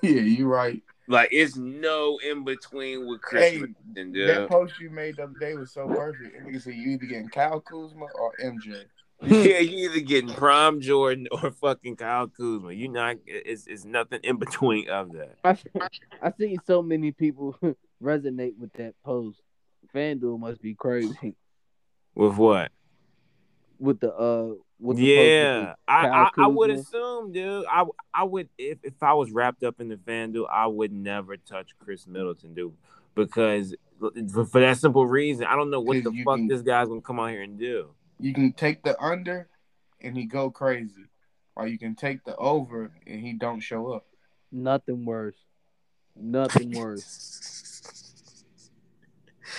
Yeah, you right. Like it's no in between with Chris Hey, Middleton, dude. That post you made the other day was so perfect. That nigga said you either getting Kyle Kuzma or MJ. yeah, you either getting prime Jordan or fucking Kyle Kuzma. You not it's it's nothing in between of that. I, I see so many people resonate with that post. FanDuel must be crazy With what? with the uh with the Yeah, I I, Kyle I would Kuzma. assume, dude. I I would if if I was wrapped up in the FanDuel, I would never touch Chris Middleton, dude, because for, for that simple reason, I don't know what the 'Cause you fuck can- this guy's gonna come out here and do. You can take the under and he go crazy. Or you can take the over and he don't show up. nothing worse. Nothing worse.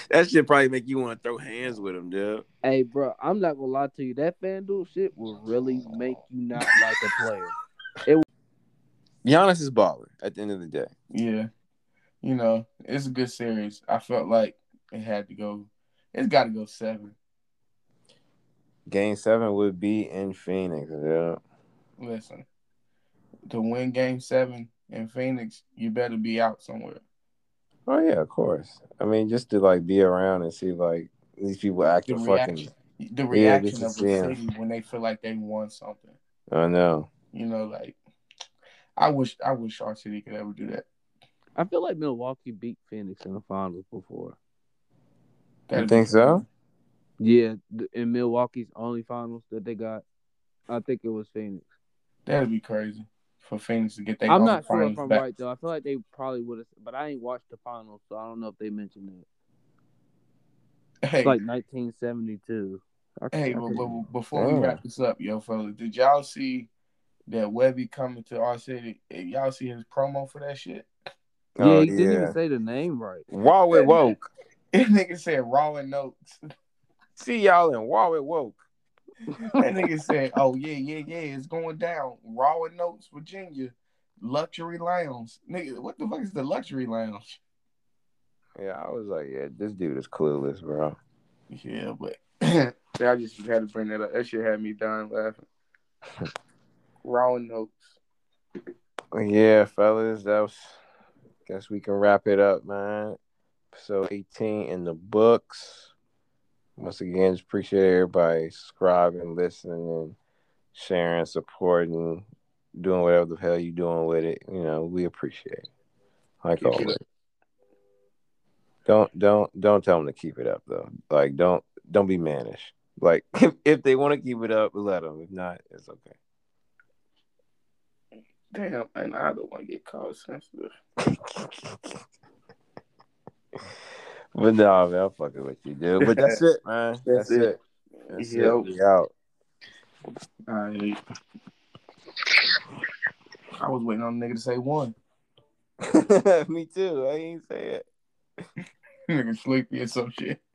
That should probably make you want to throw hands with him, dude. hey, bro, I'm not gonna lie to you. That FanDuel shit will really make you not like a player. Giannis is baller at the end of the day. Yeah. You know, it's a good series. I felt like it had to go it's gotta go seven. Game seven would be in Phoenix. Yeah. Listen. To win game seven in Phoenix, you better be out somewhere. Oh yeah, of course. I mean, just to like be around and see like these people acting The fucking. reaction. The Yeah, this reaction of is- the yeah. city when they feel like they won something. I know. You know, like I wish I wish our city could ever do that. I feel like Milwaukee beat Phoenix in the finals before. You That'd think be- so? Yeah, th- in Milwaukee's only finals that they got, I think it was Phoenix. That'd be crazy for Phoenix to get that. I'm not sure if I'm right though. I feel like they probably would have, but I ain't watched the finals, so I don't know if they mentioned it. Hey, It's like 1972. I can't- hey, I but, can't- but before we Yeah. wrap this up, yo, fellas, did y'all see that Webby coming to our city? Eh, Y'all see his promo for that shit? yeah, Oh, he didn't even say the name right. Wow, it woke. That nigga said raw and notes. See y'all in Wow, it woke. That nigga said, "Oh yeah, yeah, yeah, it's going down." Raw and notes, Virginia, luxury lounge. Nigga, what the fuck is the luxury lounge? Yeah, I was like, yeah, this dude is clueless, bro. Yeah, but I just had to bring that up. That shit had me dying laughing. Raw and notes. Yeah, fellas, that was. Guess we can wrap it up, man. So 18 in the books. Once again, just appreciate everybody subscribing, listening, sharing, supporting, doing whatever the hell you doing with it. You know, we appreciate it. Like Keep it always. Don't don't don't tell them to keep it up though. Like don't don't be mannish. Like if, if they want to keep it up, let them. If not, it's okay. Damn, and I don't want to get called sensitive. but nah, man, I'm fucking with you, dude. But that's it, man. That's, That's it. it. That's Yep. it. We out. All right. I was waiting on the nigga to say one. Me too. I ain't say it. Nigga sleepy or some shit.